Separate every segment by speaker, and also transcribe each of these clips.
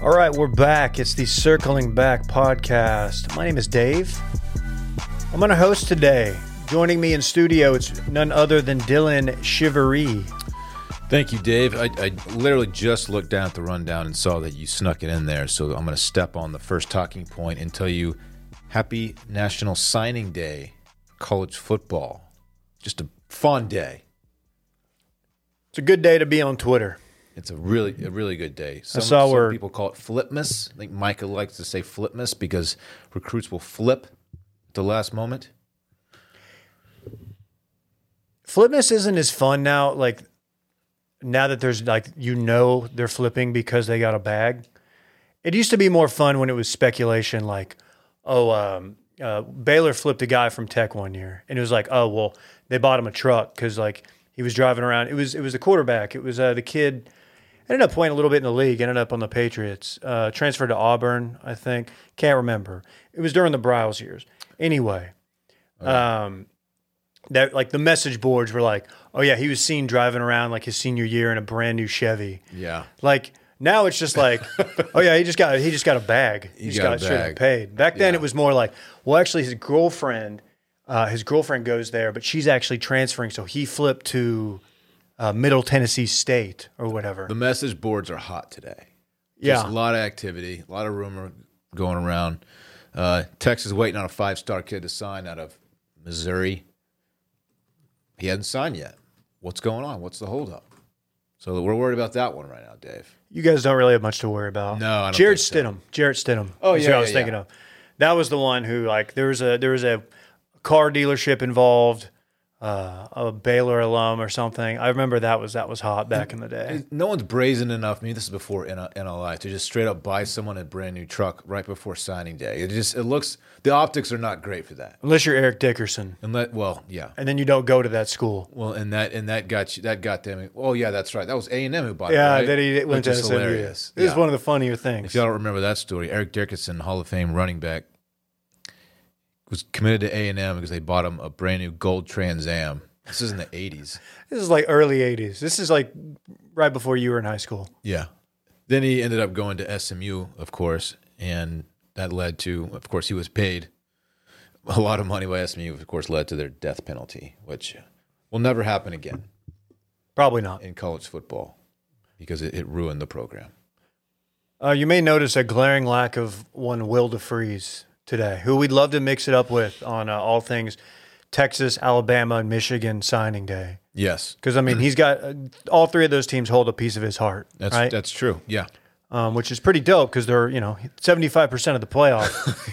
Speaker 1: All right, we're back. It's the Circling Back podcast. My name is Dave. I'm going to host today. Joining me in studio, it's none other than Dylan Shivery.
Speaker 2: Thank you, Dave. I, I literally just looked down at the rundown and saw that you snuck it in there. So I'm going to step on the first talking point and tell you happy National Signing Day, college football. Just a fun day.
Speaker 1: It's a good day to be on Twitter.
Speaker 2: It's a really a really good day. Some,
Speaker 1: saw
Speaker 2: some
Speaker 1: where-
Speaker 2: people call it flipmas. I think Micah likes to say flipmas because recruits will flip at the last moment.
Speaker 1: Flipness isn't as fun now, like now that there's like you know they're flipping because they got a bag. It used to be more fun when it was speculation, like, oh, um, uh, Baylor flipped a guy from Tech one year, and it was like, oh, well, they bought him a truck because like he was driving around. It was it was the quarterback. It was uh, the kid. Ended up playing a little bit in the league. Ended up on the Patriots. Uh, transferred to Auburn, I think. Can't remember. It was during the Bryles years. Anyway, um, that like the message boards were like, oh yeah, he was seen driving around like his senior year in a brand new Chevy.
Speaker 2: Yeah.
Speaker 1: Like now it's just like, oh yeah, he just got he just got a bag. He just
Speaker 2: got
Speaker 1: got,
Speaker 2: a
Speaker 1: straight up
Speaker 2: bag.
Speaker 1: paid. Back then
Speaker 2: Yeah.
Speaker 1: it was more like, well, actually his girlfriend, uh, his girlfriend goes there, but she's actually transferring, so he flipped to uh, Middle Tennessee State or whatever.
Speaker 2: The message boards are hot today.
Speaker 1: yeah,
Speaker 2: Just a lot of activity, a lot of rumor going around. Uh, Texas waiting on a five star kid to sign out of Missouri. He hasn't signed yet. What's going on? What's the holdup? So we're worried about that one right now, Dave.
Speaker 1: you guys don't really have much to worry about.
Speaker 2: No, I don't
Speaker 1: Jared
Speaker 2: think
Speaker 1: Stidham. Jared Stidham.
Speaker 2: Oh,
Speaker 1: That's
Speaker 2: yeah,
Speaker 1: who I
Speaker 2: yeah,
Speaker 1: was
Speaker 2: yeah.
Speaker 1: thinking of. That was the one who like there was a there was a car dealership involved, uh, a Baylor alum or something. I remember that was that was hot back in the day.
Speaker 2: No one's brazen enough. I mean, this is before N- NLI to just straight up buy someone a brand new truck right before signing day. It just it looks the optics are not great for that.
Speaker 1: Unless you're Eric Dickerson,
Speaker 2: And let well, yeah,
Speaker 1: and then you don't go to that school.
Speaker 2: well, and that and that got you that got them. Oh yeah, that's right. That was A and M who bought it.
Speaker 1: Yeah,
Speaker 2: right?
Speaker 1: that he went
Speaker 2: Which
Speaker 1: to
Speaker 2: is
Speaker 1: SMU.
Speaker 2: hilarious.
Speaker 1: It was
Speaker 2: Yeah.
Speaker 1: one of the funnier things.
Speaker 2: If y'all don't remember that story, Eric Dickerson, Hall of Fame running back, was committed to A and M because they bought him a brand new gold Trans Am. This is in the eighties.
Speaker 1: This is like early '80s. This is like right before you were in high school.
Speaker 2: Yeah. Then he ended up going to SMU, of course, and that led to, of course, he was paid a lot of money by SMU. Of course, led to their death penalty, which will never happen again
Speaker 1: Probably not.
Speaker 2: in college football because it, it ruined the program.
Speaker 1: Uh, you may notice a glaring lack of one Will DeFreeze today, who we'd love to mix it up with on uh, all things Texas, Alabama, and Michigan signing day.
Speaker 2: Yes,
Speaker 1: Because I mean, he's got uh, all three of those teams hold a piece of his heart,
Speaker 2: that's
Speaker 1: right?
Speaker 2: that's true. Yeah.
Speaker 1: um, which is pretty dope because they're you know seventy five percent of the playoff.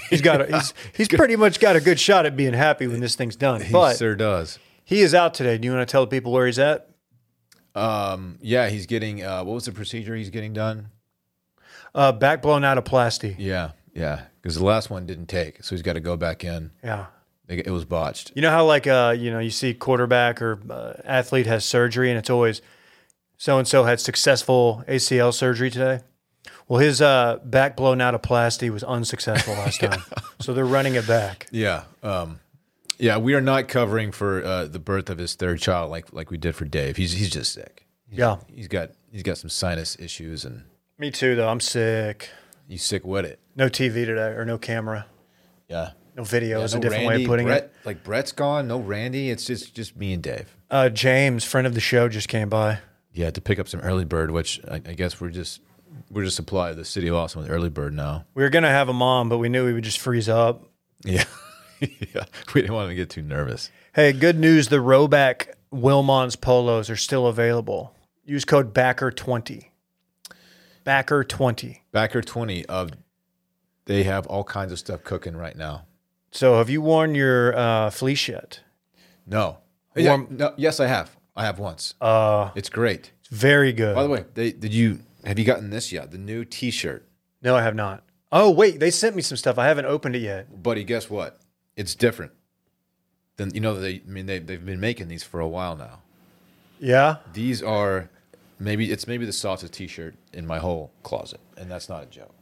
Speaker 1: he's got a, he's he's pretty much got a good shot at being happy when this thing's done.
Speaker 2: He
Speaker 1: But
Speaker 2: sure does.
Speaker 1: he is out today. Do you want to tell the people where he's at?
Speaker 2: Um, yeah, he's getting uh, what was the procedure he's getting done?
Speaker 1: Uh, back blown out of plasty.
Speaker 2: Yeah, yeah, because the last one didn't take, so he's got to go back in.
Speaker 1: Yeah.
Speaker 2: It it was botched.
Speaker 1: You know how like uh you know you see quarterback or uh, athlete has surgery and it's always so and so had successful ACL surgery today. Well, his uh, back blown out of plasty was unsuccessful last time, so they're running it back.
Speaker 2: Yeah. Um, yeah, we are not covering for uh, the birth of his third child like like we did for Dave. He's he's just sick. He's,
Speaker 1: Yeah.
Speaker 2: He's got he's got some sinus issues and
Speaker 1: Me too, though. I'm sick.
Speaker 2: he's sick with it.
Speaker 1: No TV today or no camera,
Speaker 2: Yeah.
Speaker 1: no video
Speaker 2: Yeah,
Speaker 1: is
Speaker 2: no
Speaker 1: a different way
Speaker 2: Randy,
Speaker 1: of putting
Speaker 2: Brett,
Speaker 1: it.
Speaker 2: Like Brett's gone, no Randy. It's just just me and Dave.
Speaker 1: Uh, James, friend of the show, just came by.
Speaker 2: Yeah, to pick up some early bird, which I, I guess we're just we're just supplied the city of Austin with early bird now.
Speaker 1: We were gonna have him on, but we knew we would just freeze up.
Speaker 2: Yeah. yeah. We didn't want to get too nervous.
Speaker 1: Hey, good news! The Roback Wilmons polos are still available. Use code Backer E twenty. Backer E twenty.
Speaker 2: Backer twenty of they have all kinds of stuff cooking right now.
Speaker 1: So, have you worn your uh, fleece yet?
Speaker 2: No.
Speaker 1: Warm-
Speaker 2: Yeah, no. Yes, I have. I have once.
Speaker 1: Uh,
Speaker 2: It's great.
Speaker 1: it's very
Speaker 2: By the
Speaker 1: good.
Speaker 2: way, they, did you have you gotten this yet? The new T-shirt,
Speaker 1: No, I have not. Oh wait, they sent me some stuff. I haven't opened it yet.
Speaker 2: buddy. Guess what? It's different. Then you know they. I mean they they've been making these for a while now.
Speaker 1: Yeah.
Speaker 2: These are maybe it's maybe the softest T-shirt in my whole closet, and that's not a joke.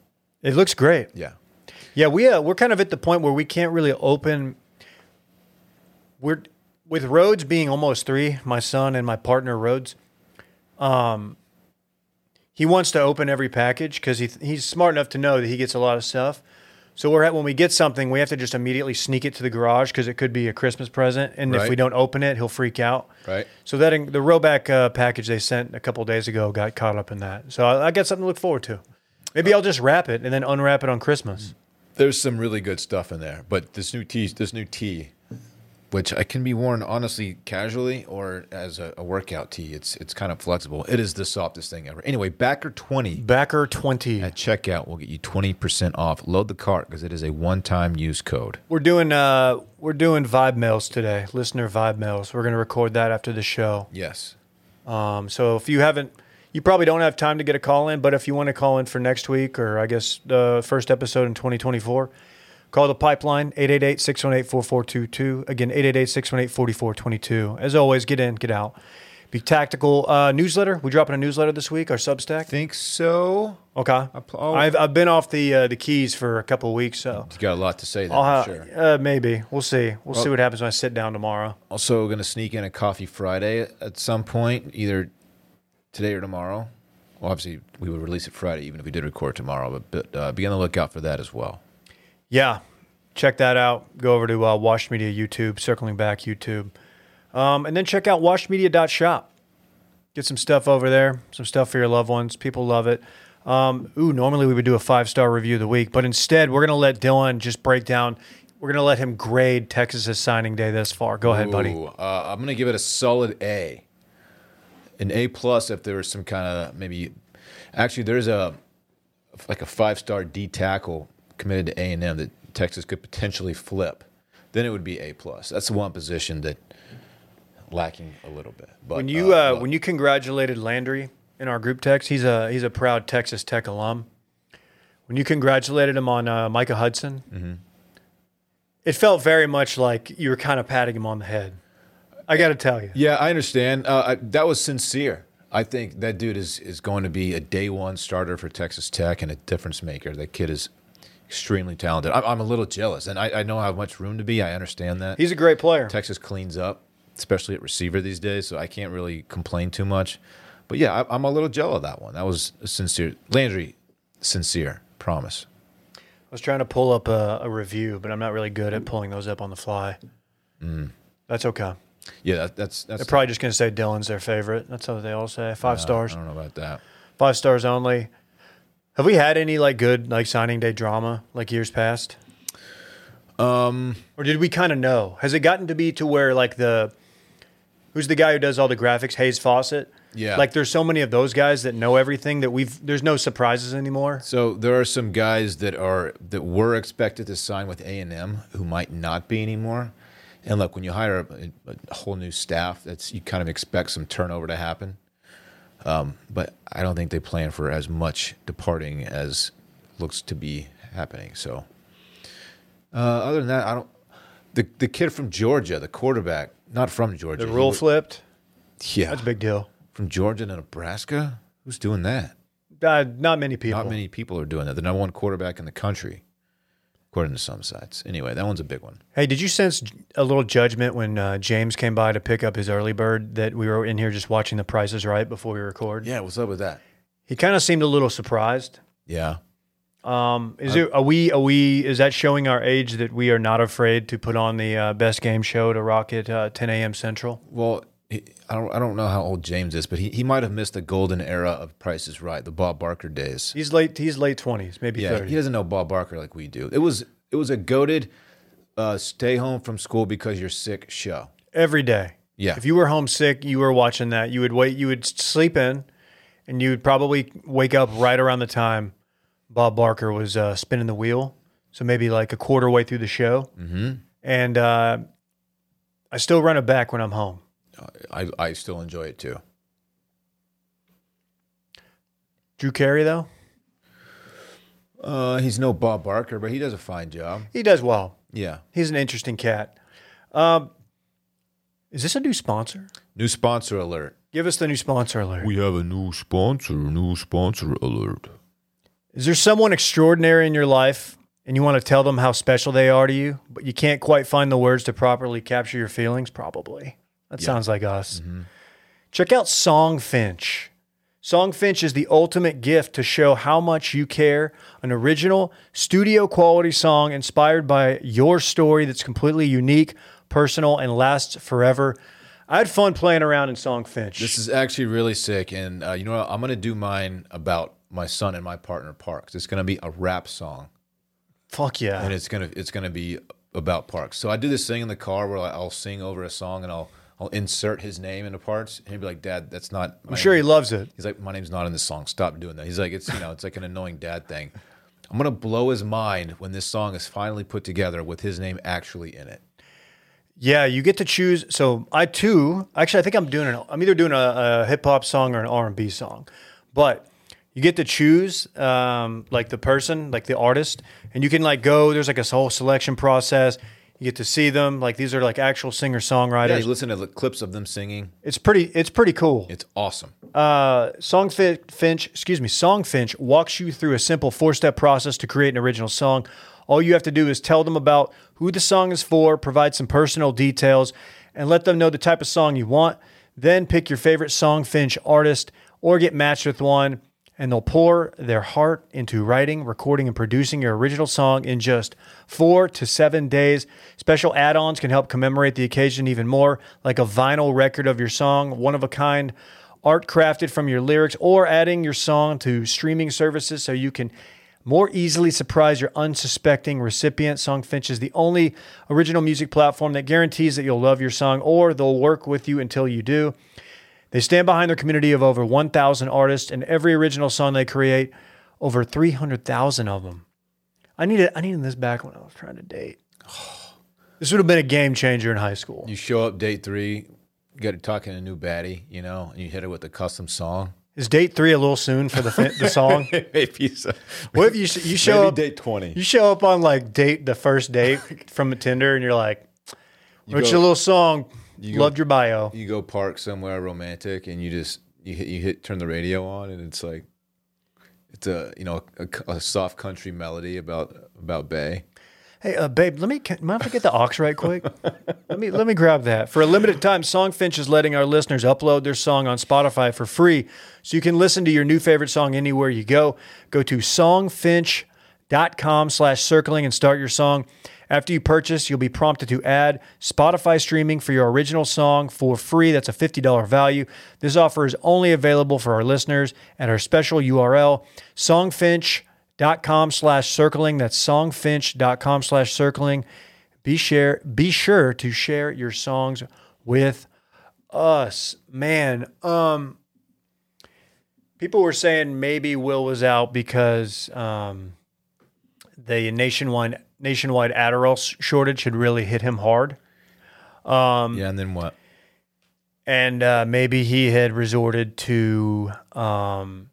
Speaker 1: It looks great.
Speaker 2: Yeah.
Speaker 1: Yeah, we uh, we're kind of at the point where we can't really open. We're with Rhodes being almost three, my son and my partner Rhodes. Um, he wants to open every package because he th- he's smart enough to know that he gets a lot of stuff. So we're at when we get something, we have to just immediately sneak it to the garage because it could be a Christmas present, and if
Speaker 2: Right.
Speaker 1: we don't open it, he'll freak out.
Speaker 2: Right.
Speaker 1: So that in, the Roback uh, package they sent a couple days ago got caught up in that. So I, I got something to look forward to. Maybe I'll just wrap it and then unwrap it on Christmas.
Speaker 2: There's some really good stuff in there, but this new tea, this new tea, which I can be worn honestly casually or as a, a workout tee. It's it's kind of flexible. It is the softest thing ever. Anyway, backer twenty
Speaker 1: Backer twenty.
Speaker 2: at checkout will get you twenty percent off. Load the cart because it is a one-time use code.
Speaker 1: We're doing uh we're doing vibe mails today, listener vibe mails. We're gonna record that after the show.
Speaker 2: Yes.
Speaker 1: Um, so if you haven't, you probably don't have time to get a call in, but if you want to call in for next week or I guess the first episode in 2024, call the pipeline 888 618 4422. Again, 888 618 4422. As always, get in, get out. Be tactical. Uh, newsletter. We dropping a newsletter this week, our Substack.
Speaker 2: Think so.
Speaker 1: Okay.
Speaker 2: Applaud.
Speaker 1: I've, I've been off the uh, the keys for a couple of weeks, so
Speaker 2: You got a lot to say there.
Speaker 1: I'll have,
Speaker 2: for sure. Oh.
Speaker 1: uh, maybe. We'll see. We'll see what happens when I sit down tomorrow.
Speaker 2: Also, going to sneak in a coffee Friday at some point, either today or tomorrow. Well, obviously, we would release it Friday, even if we did record tomorrow. But, but uh, be on the lookout for that as well.
Speaker 1: Yeah, check that out. Go over to uh, Wash Media YouTube, circling back YouTube, um, and then check out washmedia.shop. Get some stuff over there, some stuff for your loved ones. People love it. Um, ooh, normally we would do a five star review of the week, but instead we're gonna let Dylan just break down. We're gonna let him grade Texas's signing day this far. Go ahead, buddy.
Speaker 2: Ooh, uh, I'm going to give it a solid A, an A plus if there was some kind of maybe. Actually, there's a like a five star D tackle committed to A and M that Texas could potentially flip. Then it would be A plus. That's the one position that lacking a little bit. But
Speaker 1: When you uh,
Speaker 2: look,
Speaker 1: when you congratulated Landry in our group text, he's a he's a proud Texas Tech alum. When you congratulated him on uh, Micah Hudson, it felt very much like you were kind of patting him on the head. I got to tell you,
Speaker 2: Yeah, I understand. Uh, I, that was sincere. I think that dude is is going to be a day one starter for Texas Tech and a difference maker. That kid is extremely talented. I'm, I'm a little jealous, and I, I know how much room to be. I understand that.
Speaker 1: he's a great player.
Speaker 2: Texas cleans up, especially at receiver these days, so I can't really complain too much. But yeah, I, I'm a little jealous of that one. That was a sincere. Landry, sincere promise.
Speaker 1: I was trying to pull up a, a review, but I'm not really good at pulling those up on the fly. That's okay.
Speaker 2: Yeah, that, that's that's.
Speaker 1: They're probably just going to say Dylan's their favorite. That's what they all say. Five stars.
Speaker 2: I don't know about that.
Speaker 1: five stars only. Have we had any like good like signing day drama like years past? Um,
Speaker 2: Um,
Speaker 1: or did we kind of know? Has it gotten to be to where like the who's the guy who does all the graphics, Hayes Fawcett?
Speaker 2: Yeah.
Speaker 1: like there's so many of those guys that know everything that we've there's no surprises anymore.
Speaker 2: So there are some guys that are that were expected to sign with A and M who might not be anymore. And look, when you hire a, a whole new staff, that's you kind of expect some turnover to happen. Um, but I don't think they plan for as much departing as looks to be happening. So uh, other than that, I don't. The the kid from Georgia, the quarterback, not from Georgia.
Speaker 1: The
Speaker 2: he
Speaker 1: rule
Speaker 2: was-
Speaker 1: flipped.
Speaker 2: yeah,
Speaker 1: That's a big deal.
Speaker 2: from Georgia to Nebraska. Who's doing that?
Speaker 1: Uh, not many people.
Speaker 2: Not many people are doing that. The number one quarterback in the country, according to some sites. Anyway, that one's a big one.
Speaker 1: Hey, did you sense a little judgment when uh, James came by to pick up his early bird that we were in here just watching The Price is Right before we record?
Speaker 2: Yeah, what's up with that?
Speaker 1: He kind of seemed a little surprised.
Speaker 2: Yeah.
Speaker 1: Um, is it are we are we is that showing our age that we are not afraid to put on the uh, best game show to rock at uh, 10 a.m. Central?
Speaker 2: Well, he- I don't, I don't know how old James is, but he, he might have missed the golden era of Price is Right, the Bob Barker days.
Speaker 1: He's late. He's late 20s, maybe
Speaker 2: Yeah,
Speaker 1: 30.
Speaker 2: he doesn't know Bob Barker like we do. It was it was a goaded uh, stay home from school because you're sick show.
Speaker 1: Every day.
Speaker 2: Yeah.
Speaker 1: If you were homesick, you were watching that. You would wait. You would sleep in, and you would probably wake up right around the time Bob Barker was uh, spinning the wheel. So maybe like a quarter way through the show. Mm-hmm. And uh, I still run it back when I'm home.
Speaker 2: I, I still enjoy it too.
Speaker 1: Drew Carey though,
Speaker 2: Uh, he's no Bob Barker, but he does a fine job.
Speaker 1: he does well.
Speaker 2: Yeah.
Speaker 1: He's an interesting cat. Um, is this a new sponsor?
Speaker 2: New sponsor alert.
Speaker 1: Give us the new sponsor alert.
Speaker 2: We have a new sponsor, new sponsor alert.
Speaker 1: Is there someone extraordinary in your life and you want to tell them how special they are to you, but you can't quite find the words to properly capture your feelings? Probably. That sounds like us. Check out Song Finch. Songfinch is the ultimate gift to show how much you care. An original, studio quality song inspired by your story that's completely unique, personal, and lasts forever. I had fun playing around in Songfinch.
Speaker 2: This is actually really sick, and uh, you know what? I'm gonna do mine about my son and my partner Parks. It's gonna be a rap song,
Speaker 1: Fuck yeah.
Speaker 2: and it's gonna it's gonna be about Parks. So I do this thing in the car where I'll sing over a song and I'll I'll insert his name into parts, and he'll be like, "Dad, that's not."
Speaker 1: I'm sure he loves it.
Speaker 2: He's like, my name's not in this song. Stop doing that. He's like, it's you know, it's like an annoying dad thing. I'm gonna blow his mind when this song is finally put together with his name actually in it.
Speaker 1: Yeah, you get to choose. So I too, actually, I think I'm doing an. I'm either doing a, a hip hop song or an R and B song, but you get to choose um, like the person, like the artist, and you can like go. There's like a whole selection process. You get to see them. Like these are like actual singer
Speaker 2: Yeah,
Speaker 1: songwriters.
Speaker 2: you listen to the clips of them singing.
Speaker 1: it's pretty. It's pretty cool.
Speaker 2: It's awesome.
Speaker 1: Uh, Songfinch, Finch, excuse me, Songfinch walks you through a simple four-step process to create an original song. All you have to do is tell them about who the song is for, provide some personal details, and let them know the type of song you want. Then pick your favorite Songfinch artist or get matched with one, and they'll pour their heart into writing, recording, and producing your original song in just four to seven days. Special add-ons can help commemorate the occasion even more, like a vinyl record of your song, one of a kind art crafted from your lyrics or adding your song to streaming services so you can more easily surprise your unsuspecting recipient. Songfinch is the only original music platform that guarantees that you'll love your song or they'll work with you until you do. They stand behind their community of over 1,000 artists and every original song they create, over 300,000 of them. I needed, I needed this back when I was trying to date. This would have been a game changer in high school.
Speaker 2: You show up date three, you got to talking to a new baddie, you know, and you hit it with a custom song.
Speaker 1: Is date three a little soon for the, fin- the song?
Speaker 2: maybe so.
Speaker 1: What if you, sh- you show up?
Speaker 2: date twenty.
Speaker 1: You show up on like date the first date from a Tinder and you're like, wrote you
Speaker 2: go-
Speaker 1: a little song,
Speaker 2: go-
Speaker 1: loved your bio.
Speaker 2: You go park somewhere romantic, and you just you hit you hit turn the radio on, and it's like it's a you know a, a soft country melody about about Bay.
Speaker 1: Hey, uh, babe, let me can, mind if I get the ox right quick? let me let me grab that for a limited time. Songfinch is letting our listeners upload their song on Spotify for free, so you can listen to your new favorite song anywhere you go. Go to songfinch.com slash circling and start your song. After you purchase, you'll be prompted to add Spotify streaming for your original song for free. That's a $50 value. This offer is only available for our listeners at our special URL, songfinch.com slash circling. That's songfinch.com slash circling. Be share be sure to share your songs with us. Man, um people were saying maybe Will was out because um the nationwide nationwide Adderall s- shortage had really hit him hard. Um,
Speaker 2: yeah, and then what?
Speaker 1: And uh, maybe he had resorted to um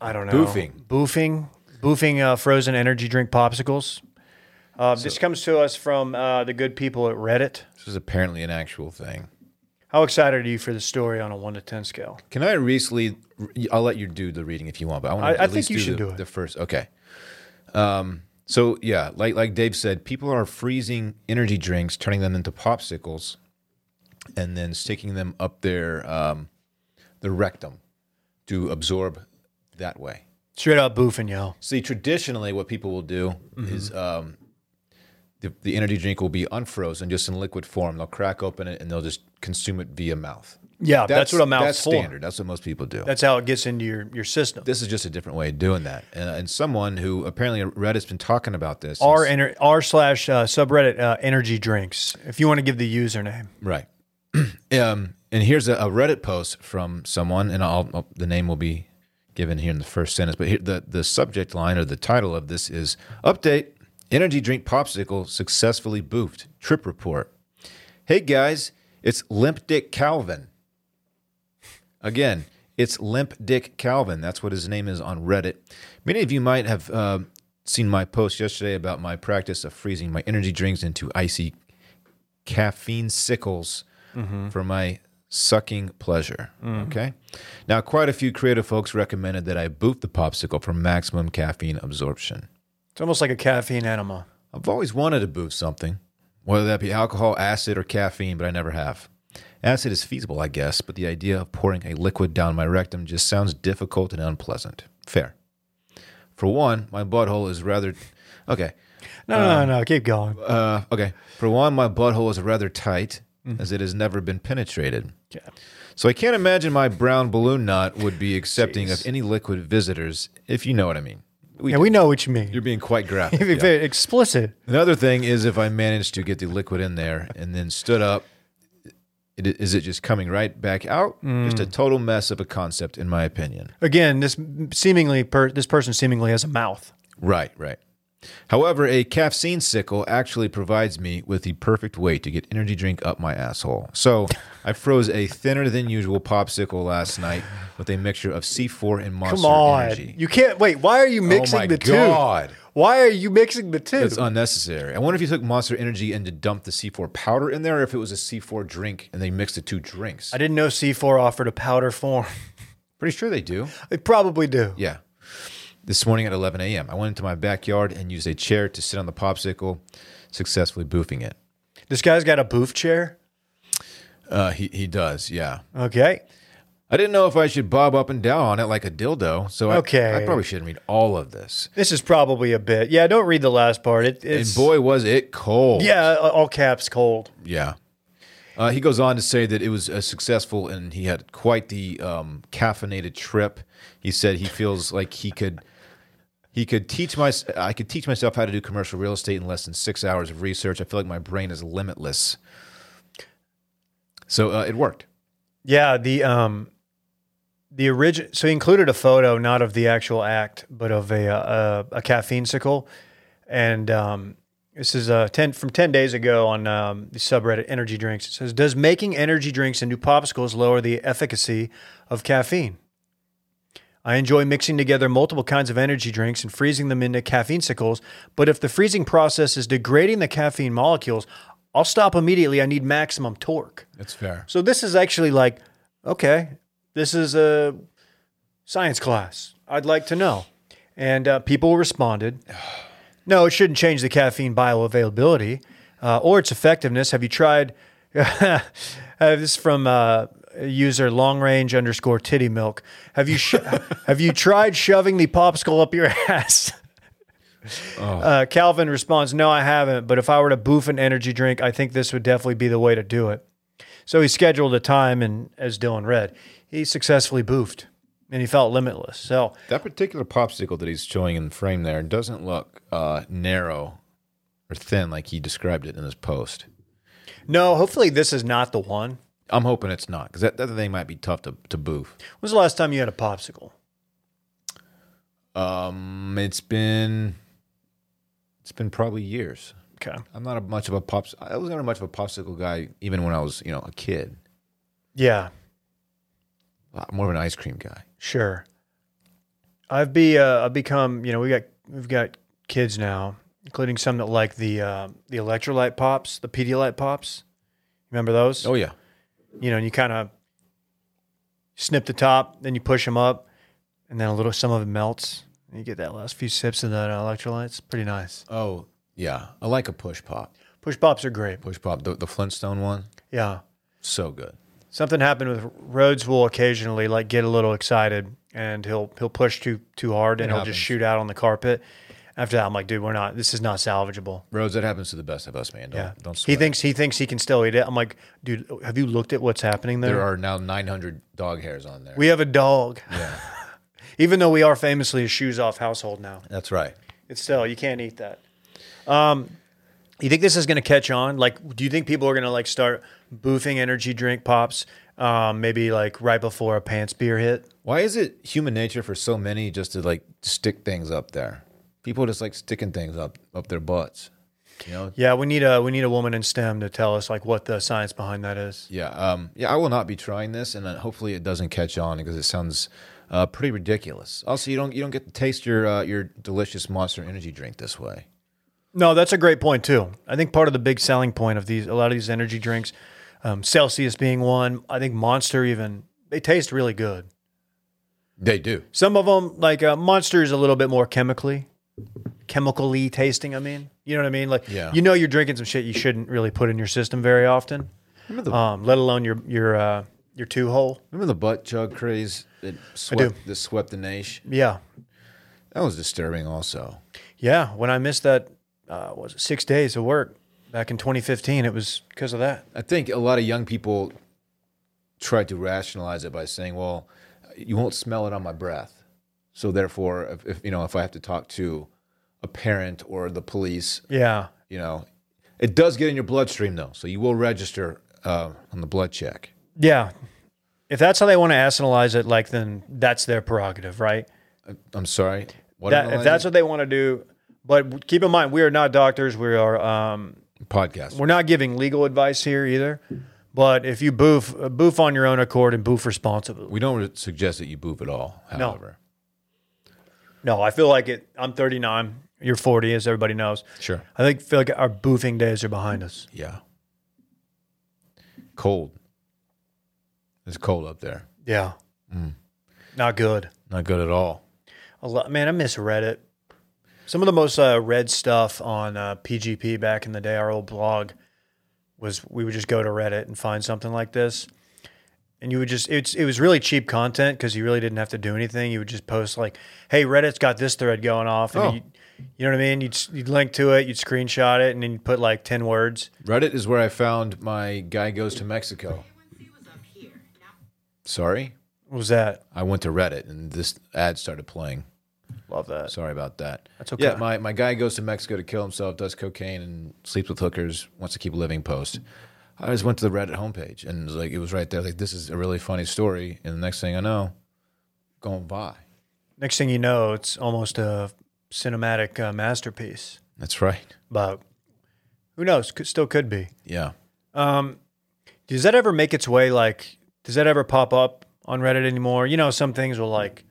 Speaker 1: I don't know
Speaker 2: Boofing.
Speaker 1: Boofing. Boofing uh, frozen energy drink popsicles. Uh, this comes to us from uh, the good people at Reddit.
Speaker 2: This is apparently an actual thing.
Speaker 1: How excited are you for the story on a one to ten scale?
Speaker 2: Can I recently? I'll let you do the reading if you want, but I want
Speaker 1: I-
Speaker 2: to
Speaker 1: I
Speaker 2: at
Speaker 1: think
Speaker 2: least
Speaker 1: you
Speaker 2: do,
Speaker 1: should
Speaker 2: the,
Speaker 1: do it.
Speaker 2: the first. Okay. Um. So yeah, like like Dave said, people are freezing energy drinks, turning them into popsicles, and then sticking them up their um, the rectum to absorb that way.
Speaker 1: Straight out boofing, yo.
Speaker 2: See, traditionally, what people will do
Speaker 1: Mm-hmm.
Speaker 2: is um, the, the energy drink will be unfrozen, just in liquid form. They'll crack open it and they'll just consume it via mouth.
Speaker 1: Yeah, that's, what a mouth's
Speaker 2: That's
Speaker 1: for.
Speaker 2: standard. That's what most people do.
Speaker 1: That's how it gets into your, your system.
Speaker 2: this is just a different way of doing that. And, and someone who apparently Reddit's been talking about this.
Speaker 1: R
Speaker 2: since-
Speaker 1: ener- R slash uh, subreddit uh, energy drinks. If you want to give the username,
Speaker 2: right. um, and here's a, a Reddit post from someone, and I'll, I'll- the name will be given here in the first sentence. But here, the the subject line or the title of this is update: Energy drink popsicle successfully boofed. Trip report. Hey guys, it's Limp Dick Calvin. Again, it's Limp Dick Calvin. That's what his name is on Reddit. Many of you might have uh, seen my post yesterday about my practice of freezing my energy drinks into icy caffeine sickles for my sucking pleasure. Okay. Now, quite a few creative folks recommended that I boot the popsicle for maximum caffeine absorption.
Speaker 1: it's almost like a caffeine enema.
Speaker 2: I've always wanted to boot something, whether that be alcohol, acid, or caffeine, but I never have. Acid is feasible, I guess, but the idea of pouring a liquid down my rectum just sounds difficult and unpleasant. Fair. For one, my butthole is rather. Okay.
Speaker 1: No, no, no, no. Keep going.
Speaker 2: Uh, okay. For one, my butthole is rather tight as it has never been penetrated.
Speaker 1: Yeah.
Speaker 2: So I can't imagine my brown balloon knot would be accepting of any liquid visitors, if you know what I mean. We,
Speaker 1: Yeah, we know what you mean.
Speaker 2: you're being quite graphic.
Speaker 1: You're
Speaker 2: yeah.
Speaker 1: very explicit.
Speaker 2: Another thing is if I managed to get the liquid in there and then stood up, it, is it just coming right back out? Just a total mess of a concept, in my opinion.
Speaker 1: Again, this seemingly per, this person seemingly has a mouth.
Speaker 2: Right, right. However, a caffeine sickle actually provides me with the perfect way to get energy drink up my asshole. So I froze a thinner than usual popsicle last night with a mixture of C4 and Monster
Speaker 1: Come on,
Speaker 2: Energy.
Speaker 1: you can't wait. Why are you mixing
Speaker 2: oh my
Speaker 1: the
Speaker 2: god,
Speaker 1: two? Why are you mixing the two?
Speaker 2: it's unnecessary. I wonder if you took Monster Energy and to dump the C4 powder in there, or if it was a C4 drink and they mixed the two drinks.
Speaker 1: I didn't know C4 offered a powder form.
Speaker 2: Pretty sure they do.
Speaker 1: they probably do.
Speaker 2: Yeah. This morning at 11 a.m., I went into my backyard and used a chair to sit on the popsicle, successfully boofing it.
Speaker 1: This guy's got a booth chair.
Speaker 2: Uh, he, he does, yeah.
Speaker 1: Okay.
Speaker 2: I didn't know if I should bob up and down on it like a dildo, so I,
Speaker 1: Okay.
Speaker 2: I probably shouldn't read all of this.
Speaker 1: This is probably a bit. Yeah, don't read the last part. It, it's
Speaker 2: And boy, was it cold.
Speaker 1: yeah, all caps cold.
Speaker 2: Yeah. Uh, he goes on to say that it was uh, successful and he had quite the um, caffeinated trip. He said he feels like he could he could teach my I could teach myself how to do commercial real estate in less than six hours of research. I feel like my brain is limitless. So uh, it worked.
Speaker 1: Yeah, the um the origin so he included a photo not of the actual act but of a uh, a, a caffeine sickle and um this is uh, 10 from 10 days ago on um, the subreddit energy drinks it says does making energy drinks into popsicles lower the efficacy of caffeine I enjoy mixing together multiple kinds of energy drinks and freezing them into caffeine sickles, but if the freezing process is degrading the caffeine molecules, I'll stop immediately. I need maximum torque.
Speaker 2: That's fair.
Speaker 1: So this is actually like, okay, this is a science class. I'd like to know. And uh, people responded, no, it shouldn't change the caffeine bioavailability uh, or its effectiveness. Have you tried? uh, this is from uh, user long range underscore titty milk. Have you sho- have you tried shoving the popsicle up your ass? Uh, Calvin responds, "No, I haven't. But if I were to boof an energy drink, I think this would definitely be the way to do it." So he scheduled a time, and as Dylan read, he successfully boofed, and he felt limitless. So
Speaker 2: That particular popsicle that he's showing in the frame there doesn't look uh, narrow or thin like he described it in his post.
Speaker 1: no, hopefully this is not the one.
Speaker 2: I'm hoping it's not because that, that thing might be tough to, to boof.
Speaker 1: When's the last time you had a popsicle?
Speaker 2: Um, it's been it's been probably years.
Speaker 1: Okay.
Speaker 2: I'm not a much of a pops. I was never much of a popsicle guy, even when I was you know a kid.
Speaker 1: Yeah,
Speaker 2: I'm more of an ice cream guy.
Speaker 1: sure. I've be uh, I've become you know we got we've got kids now, including some that like the uh, the electrolyte pops, the Pedialyte pops. Remember those?
Speaker 2: Oh yeah,
Speaker 1: you know, and you kind of snip the top, then you push them up, and then a little some of it melts. And you get that last few sips of that electrolytes. Pretty nice.
Speaker 2: oh yeah. I like a push pop.
Speaker 1: Push pops are great.
Speaker 2: Push pop, the, the Flintstone one,
Speaker 1: Yeah.
Speaker 2: so good.
Speaker 1: Something happened with Rhodes will occasionally like get a little excited and he'll he'll push too too hard and he'll
Speaker 2: happens.
Speaker 1: just shoot out on the carpet. After that, I'm like, dude, we're not. This is not salvageable.
Speaker 2: Rose, that happens to the best of us, man. Don't
Speaker 1: Yeah,
Speaker 2: don't sweat.
Speaker 1: he thinks he thinks he can still eat it. I'm like, dude, have you looked at what's happening there?
Speaker 2: there are now 900 dog hairs on there.
Speaker 1: we have a dog. Even though we are famously a shoes off household now.
Speaker 2: That's right.
Speaker 1: It's still you can't eat that. Um, you think this is going to catch on? Like, do you think people are going to like start boofing energy drink pops? Um, maybe like right before a pants beer hit.
Speaker 2: Why is it human nature for so many just to like stick things up there? People just like sticking things up up their butts. You know,
Speaker 1: Yeah, we need a we need a woman in STEM to tell us like what the science behind that is.
Speaker 2: Yeah, um, yeah, I will not be trying this, and uh, hopefully it doesn't catch on because it sounds uh, pretty ridiculous. Also, you don't you don't get to taste your uh, your delicious Monster Energy drink this way.
Speaker 1: No, that's a great point too. I think part of the big selling point of these a lot of these energy drinks, um, Celsius being one. I think Monster even they taste really good.
Speaker 2: They do.
Speaker 1: Some of them, like uh, Monster, is a little bit more chemically, chemically tasting. I mean, you know what I mean? Like,
Speaker 2: Yeah.
Speaker 1: you know, you're drinking some shit you shouldn't really put in your system very often.
Speaker 2: Remember the,
Speaker 1: um, let alone your your uh, your two hole.
Speaker 2: remember the butt chug craze that swept, that swept the nation?
Speaker 1: Yeah,
Speaker 2: That was disturbing, also.
Speaker 1: yeah. When I missed that, uh, was it six days of work back in 2015? It was because of that.
Speaker 2: I think a lot of young people try to rationalize it by saying, "Well, you won't smell it on my breath." So therefore, if, if you know, if I have to talk to a parent or the police,
Speaker 1: Yeah,
Speaker 2: you know, it does get in your bloodstream though, so you will register uh, on the blood check.
Speaker 1: yeah. If that's how they want to analyze it, like then that's their prerogative, right?
Speaker 2: I'm sorry. What
Speaker 1: That,
Speaker 2: am I
Speaker 1: if that's
Speaker 2: like?
Speaker 1: what they want to do. But keep in mind, we are not doctors. We are um,
Speaker 2: podcast,
Speaker 1: we're not giving legal advice here either. But if you boof, uh, boof on your own accord and boof responsibly.
Speaker 2: we don't re- suggest that you boof at all. However,
Speaker 1: No, I feel like it. I'm 39. You're 40, as everybody knows.
Speaker 2: sure,
Speaker 1: I think feel like our boofing days are behind us.
Speaker 2: yeah. Cold. It's cold up there.
Speaker 1: Yeah, not good.
Speaker 2: Not good at all.
Speaker 1: A lot, man. I miss Reddit. Some of the most uh, read stuff on uh, PGP back in the day, our old blog, was we would just go to Reddit and find something like this, and you would just it's it was really cheap content because you really didn't have to do anything. You would just post like, "Hey, Reddit's got this thread going off," and
Speaker 2: Oh.
Speaker 1: you, you know what I mean. You'd s- you'd link to it, you'd screenshot it, and then you'd put like ten words.
Speaker 2: Reddit is where I found my guy goes to Mexico.
Speaker 3: A1C was up here. Now
Speaker 2: Sorry,
Speaker 1: What was that?
Speaker 2: I went to Reddit and this ad started playing.
Speaker 1: Love that.
Speaker 2: Sorry about that.
Speaker 1: That's okay.
Speaker 2: Yeah, my, my guy goes to Mexico to kill himself, does cocaine, and sleeps with hookers. Wants to keep a living post. I just went to the Reddit homepage and it was like it was right there. Like this is a really funny story. And the next thing I know, going by.
Speaker 1: Next thing you know, it's almost a cinematic uh, masterpiece.
Speaker 2: That's right.
Speaker 1: But who knows? Could, still could be.
Speaker 2: Yeah.
Speaker 1: Um, does that ever make its way? Like, does that ever pop up on Reddit anymore? You know, some things will like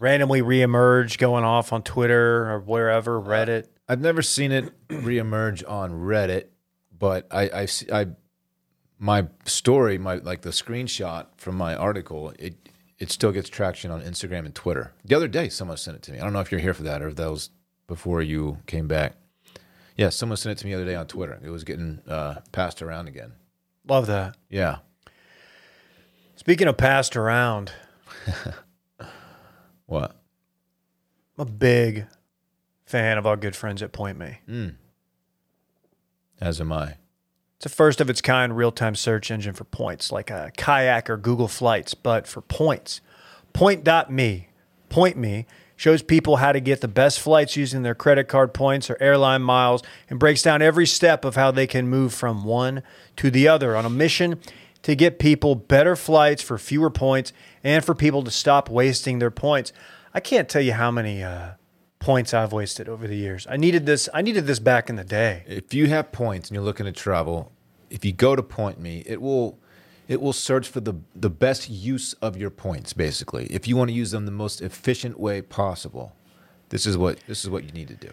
Speaker 1: randomly reemerge, going off on Twitter or wherever Reddit.
Speaker 2: I've never seen it reemerge on Reddit, but I, I, s- I- my story, my like the screenshot from my article, it it still gets traction on Instagram and Twitter. The other day, someone sent it to me. I don't know if you're here for that or if that was before you came back. Yeah, someone sent it to me the other day on Twitter. It was getting uh, passed around again.
Speaker 1: Love that.
Speaker 2: Yeah,
Speaker 1: Speaking of passed around,
Speaker 2: what?
Speaker 1: I'm a big fan of our good friends at Point Me.
Speaker 2: As am I.
Speaker 1: It's a first of its kind real time search engine for points, like a kayak or Google Flights, but for points. Point.me, Point Me shows people how to get the best flights using their credit card points or airline miles and breaks down every step of how they can move from one to the other on a mission to get people better flights for fewer points and for people to stop wasting their points. I can't tell you how many uh, points I've wasted over the years. I needed this I needed this back in the day.
Speaker 2: if you have points and you're looking to travel, if you go to Point Me, it will it will search for the the best use of your points basically. If you want to use them the most efficient way possible, this is what this is what you need to do.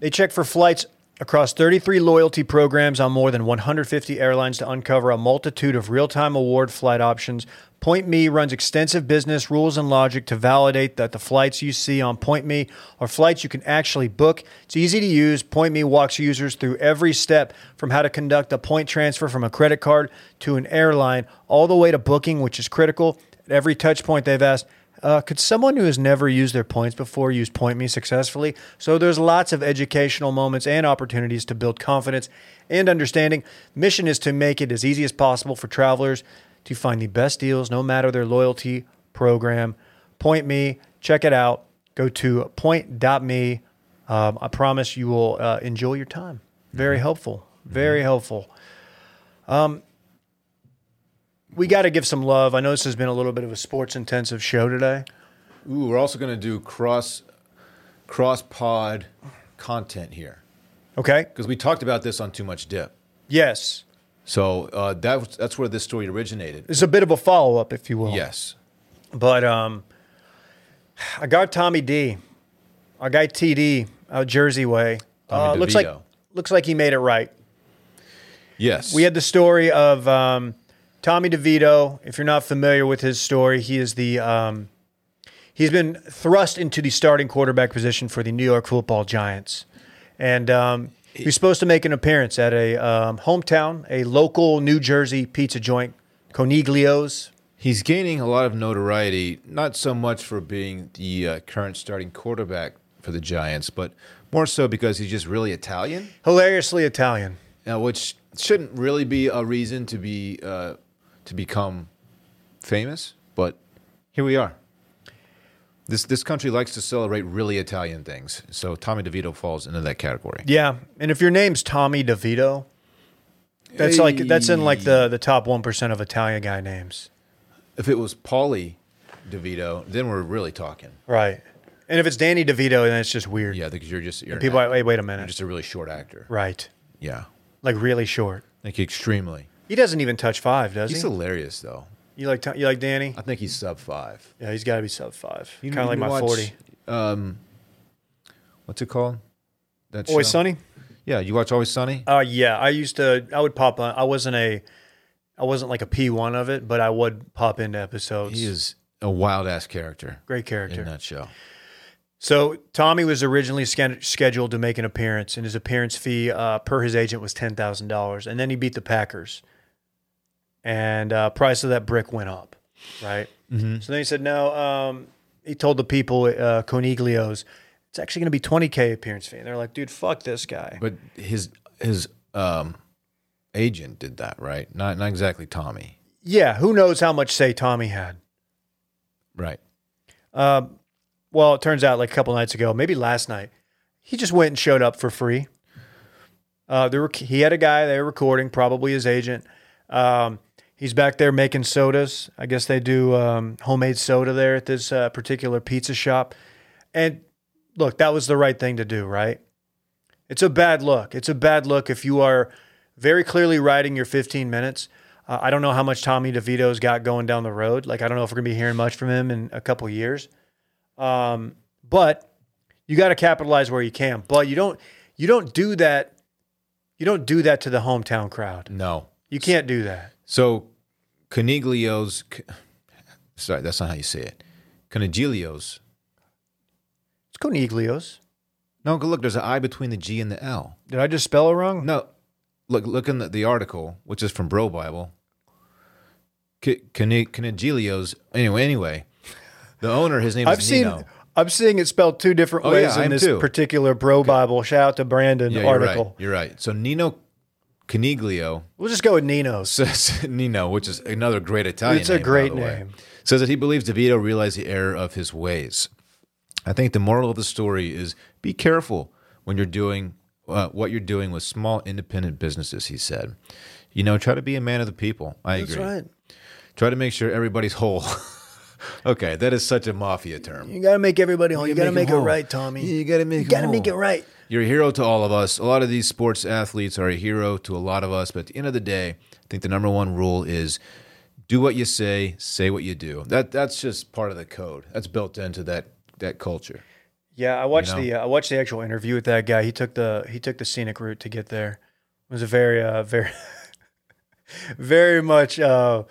Speaker 1: They check for flights across 33 loyalty programs on more than 150 airlines to uncover a multitude of real time award flight options. Point Me runs extensive business rules and logic to validate that the flights you see on Point Me are flights you can actually book. It's easy to use. Point Me walks users through every step from how to conduct a point transfer from a credit card to an airline, all the way to booking, which is critical. At every touch point, they've asked, uh, could someone who has never used their points before use Point Me successfully? So there's lots of educational moments and opportunities to build confidence and understanding. Mission is to make it as easy as possible for travelers to find the best deals, no matter their loyalty program. Point Me, check it out. Go to point.me. Um, I promise you will uh, enjoy your time. Very helpful. Very helpful we got to give some love. I know this has been a little bit of a sports intensive show today.
Speaker 2: Ooh, we're also going to do cross cross pod content here
Speaker 1: Okay.
Speaker 2: because we talked about this on Too Much Dip.
Speaker 1: Yes.
Speaker 2: So uh, that was- that's where this story originated.
Speaker 1: It's a bit of a follow up, if you will.
Speaker 2: Yes,
Speaker 1: But um, I got Tommy D. Our guy TD out Jersey way.
Speaker 2: Tommy
Speaker 1: Uh, looks like
Speaker 2: DeVito.
Speaker 1: looks like he made it right.
Speaker 2: yes.
Speaker 1: We had the story of um, Tommy DeVito. If you're not familiar with his story, he is the um, he's been thrust into the starting quarterback position for the New York Football Giants, and um, He's supposed to make an appearance at a um, hometown, a local New Jersey pizza joint, Coniglio's.
Speaker 2: He's gaining a lot of notoriety, not so much for being the uh, current starting quarterback for the Giants, but more so because he's just really Italian,
Speaker 1: Hilariously Italian.
Speaker 2: now, which shouldn't really be a reason to be uh, to become famous. But here we are. This this country likes to celebrate really Italian things, so Tommy DeVito falls into that category.
Speaker 1: Yeah, and if your name's Tommy DeVito, that's like that's in like the the top one percent of Italian guy names,
Speaker 2: If it was Paulie DeVito, then we're really talking.
Speaker 1: right? And if it's Danny DeVito, then it's just weird.
Speaker 2: Yeah, because you're just you're an
Speaker 1: People are
Speaker 2: act-
Speaker 1: like, wait, wait a
Speaker 2: you're
Speaker 1: minute,
Speaker 2: just a really short actor.
Speaker 1: right?
Speaker 2: Yeah,
Speaker 1: Like really short.
Speaker 2: like extremely.
Speaker 1: He doesn't even touch five, does
Speaker 2: He's
Speaker 1: he?
Speaker 2: hilarious though.
Speaker 1: you like you like Danny?
Speaker 2: I think he's sub five.
Speaker 1: Yeah, he's got to be sub five.
Speaker 2: You
Speaker 1: Kind of like my
Speaker 2: you watch,
Speaker 1: forty.
Speaker 2: Um, what's it called? That
Speaker 1: Always
Speaker 2: show?
Speaker 1: Sunny.
Speaker 2: Yeah, you watch Always Sunny.
Speaker 1: Uh, yeah, I used to. I would pop on. I wasn't a. I wasn't like a P one of it, but I would pop into episodes.
Speaker 2: He is a wild ass character
Speaker 1: great
Speaker 2: in
Speaker 1: character.
Speaker 2: that show.
Speaker 1: So Tommy was originally sched- scheduled to make an appearance, and his appearance fee uh, per his agent was ten thousand dollars. And then he beat the Packers, and uh, price of that brick went up, right? So then he said, "No." Um, he told the people at uh, Coniglio's, "It's actually going to be twenty k appearance fee." And they're like, "Dude, fuck this guy."
Speaker 2: But his his um agent did that right. Not not exactly Tommy.
Speaker 1: yeah, who knows how much say Tommy had?
Speaker 2: Right.
Speaker 1: Um, well, it turns out like a couple nights ago, maybe last night, he just went and showed up for free. Uh, there were, he had a guy they were recording, probably his agent. Um, he's back there making sodas. I guess they do um, homemade soda there at this uh, particular pizza shop. And look, that was the right thing to do, right? It's a bad look. It's a bad look if you are very clearly riding your 15 minutes. Uh, I don't know how much Tommy DeVito's got going down the road. Like, I don't know if we're going to be hearing much from him in a couple years. Um, but you got to capitalize where you can. But you don't you don't do that. You don't do that to the hometown crowd.
Speaker 2: No.
Speaker 1: You can't do that.
Speaker 2: So Coniglio's sorry, that's not how you say it. Coniglio's.
Speaker 1: It's Coniglio's.
Speaker 2: No, look, there's an I between the G and the L.
Speaker 1: Did I just spell it wrong?
Speaker 2: No, look, look in the, the article, which is from Bro Bible. C- Cone- Conigilio's anyway, anyway, the owner, his name
Speaker 1: I've
Speaker 2: is
Speaker 1: seen.
Speaker 2: Nino.
Speaker 1: I'm seeing it spelled two different
Speaker 2: Oh, yeah,
Speaker 1: ways
Speaker 2: I
Speaker 1: in
Speaker 2: am
Speaker 1: this
Speaker 2: too.
Speaker 1: particular Bro Bible. Shout out to Brandon
Speaker 2: yeah,
Speaker 1: article.
Speaker 2: You're right. You're right. So Nino Coniglio
Speaker 1: We'll just go with Nino's.
Speaker 2: says Nino, which is another great Italian.
Speaker 1: It's a
Speaker 2: name, by
Speaker 1: great
Speaker 2: the way,
Speaker 1: name.
Speaker 2: Says that he believes DeVito realized the error of his ways. I think the moral of the story is be careful when you're doing uh, what you're doing with small independent businesses. He said, you know, try to be a man of the people. I
Speaker 1: That's
Speaker 2: agree.
Speaker 1: right.
Speaker 2: Try to make sure everybody's whole. okay, that is such a mafia term.
Speaker 1: You gotta make everybody whole. You, gotta
Speaker 2: make
Speaker 1: make,
Speaker 2: 'em
Speaker 1: it
Speaker 2: whole.
Speaker 1: right, Tommy.
Speaker 2: Yeah, you gotta make 'em
Speaker 1: You gotta
Speaker 2: whole.
Speaker 1: make it right.
Speaker 2: You're a hero to all of us. A lot of these sports athletes are a hero to a lot of us, but at the end of the day, I think the number one rule is do what you say, say what you do. That that's just part of the code. That's built into that that culture.
Speaker 1: Yeah, I watched
Speaker 2: know?
Speaker 1: the uh, I watched the actual interview with that guy. He took the he took the scenic route to get there. It was a very uh, very very much uh,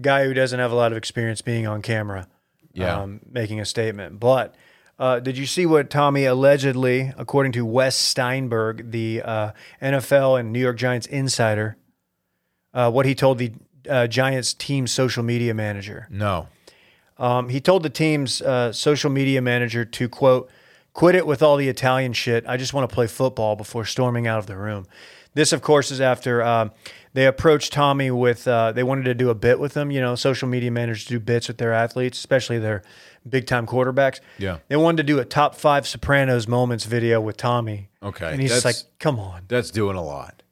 Speaker 1: guy who doesn't have a lot of experience being on camera,
Speaker 2: Yeah.
Speaker 1: um, making a statement. But uh, did you see what Tommy allegedly, according to Wes Steinberg, the uh, NFL and New York Giants insider, uh, what he told the uh, Giants team social media manager?
Speaker 2: No.
Speaker 1: Um, he told the team's uh, social media manager to quote, "Quit it with all the Italian shit. I just want to play football." Before storming out of the room. This, of course, is after um they approached Tommy with uh, they wanted to do a bit with him. You know, social media managers do bits with their athletes, especially their big time quarterbacks.
Speaker 2: Yeah.
Speaker 1: they wanted to do a top five Sopranos moments video with Tommy.
Speaker 2: Okay,
Speaker 1: and he's just like,
Speaker 2: that's-
Speaker 1: "Come on."
Speaker 2: That's doing a lot.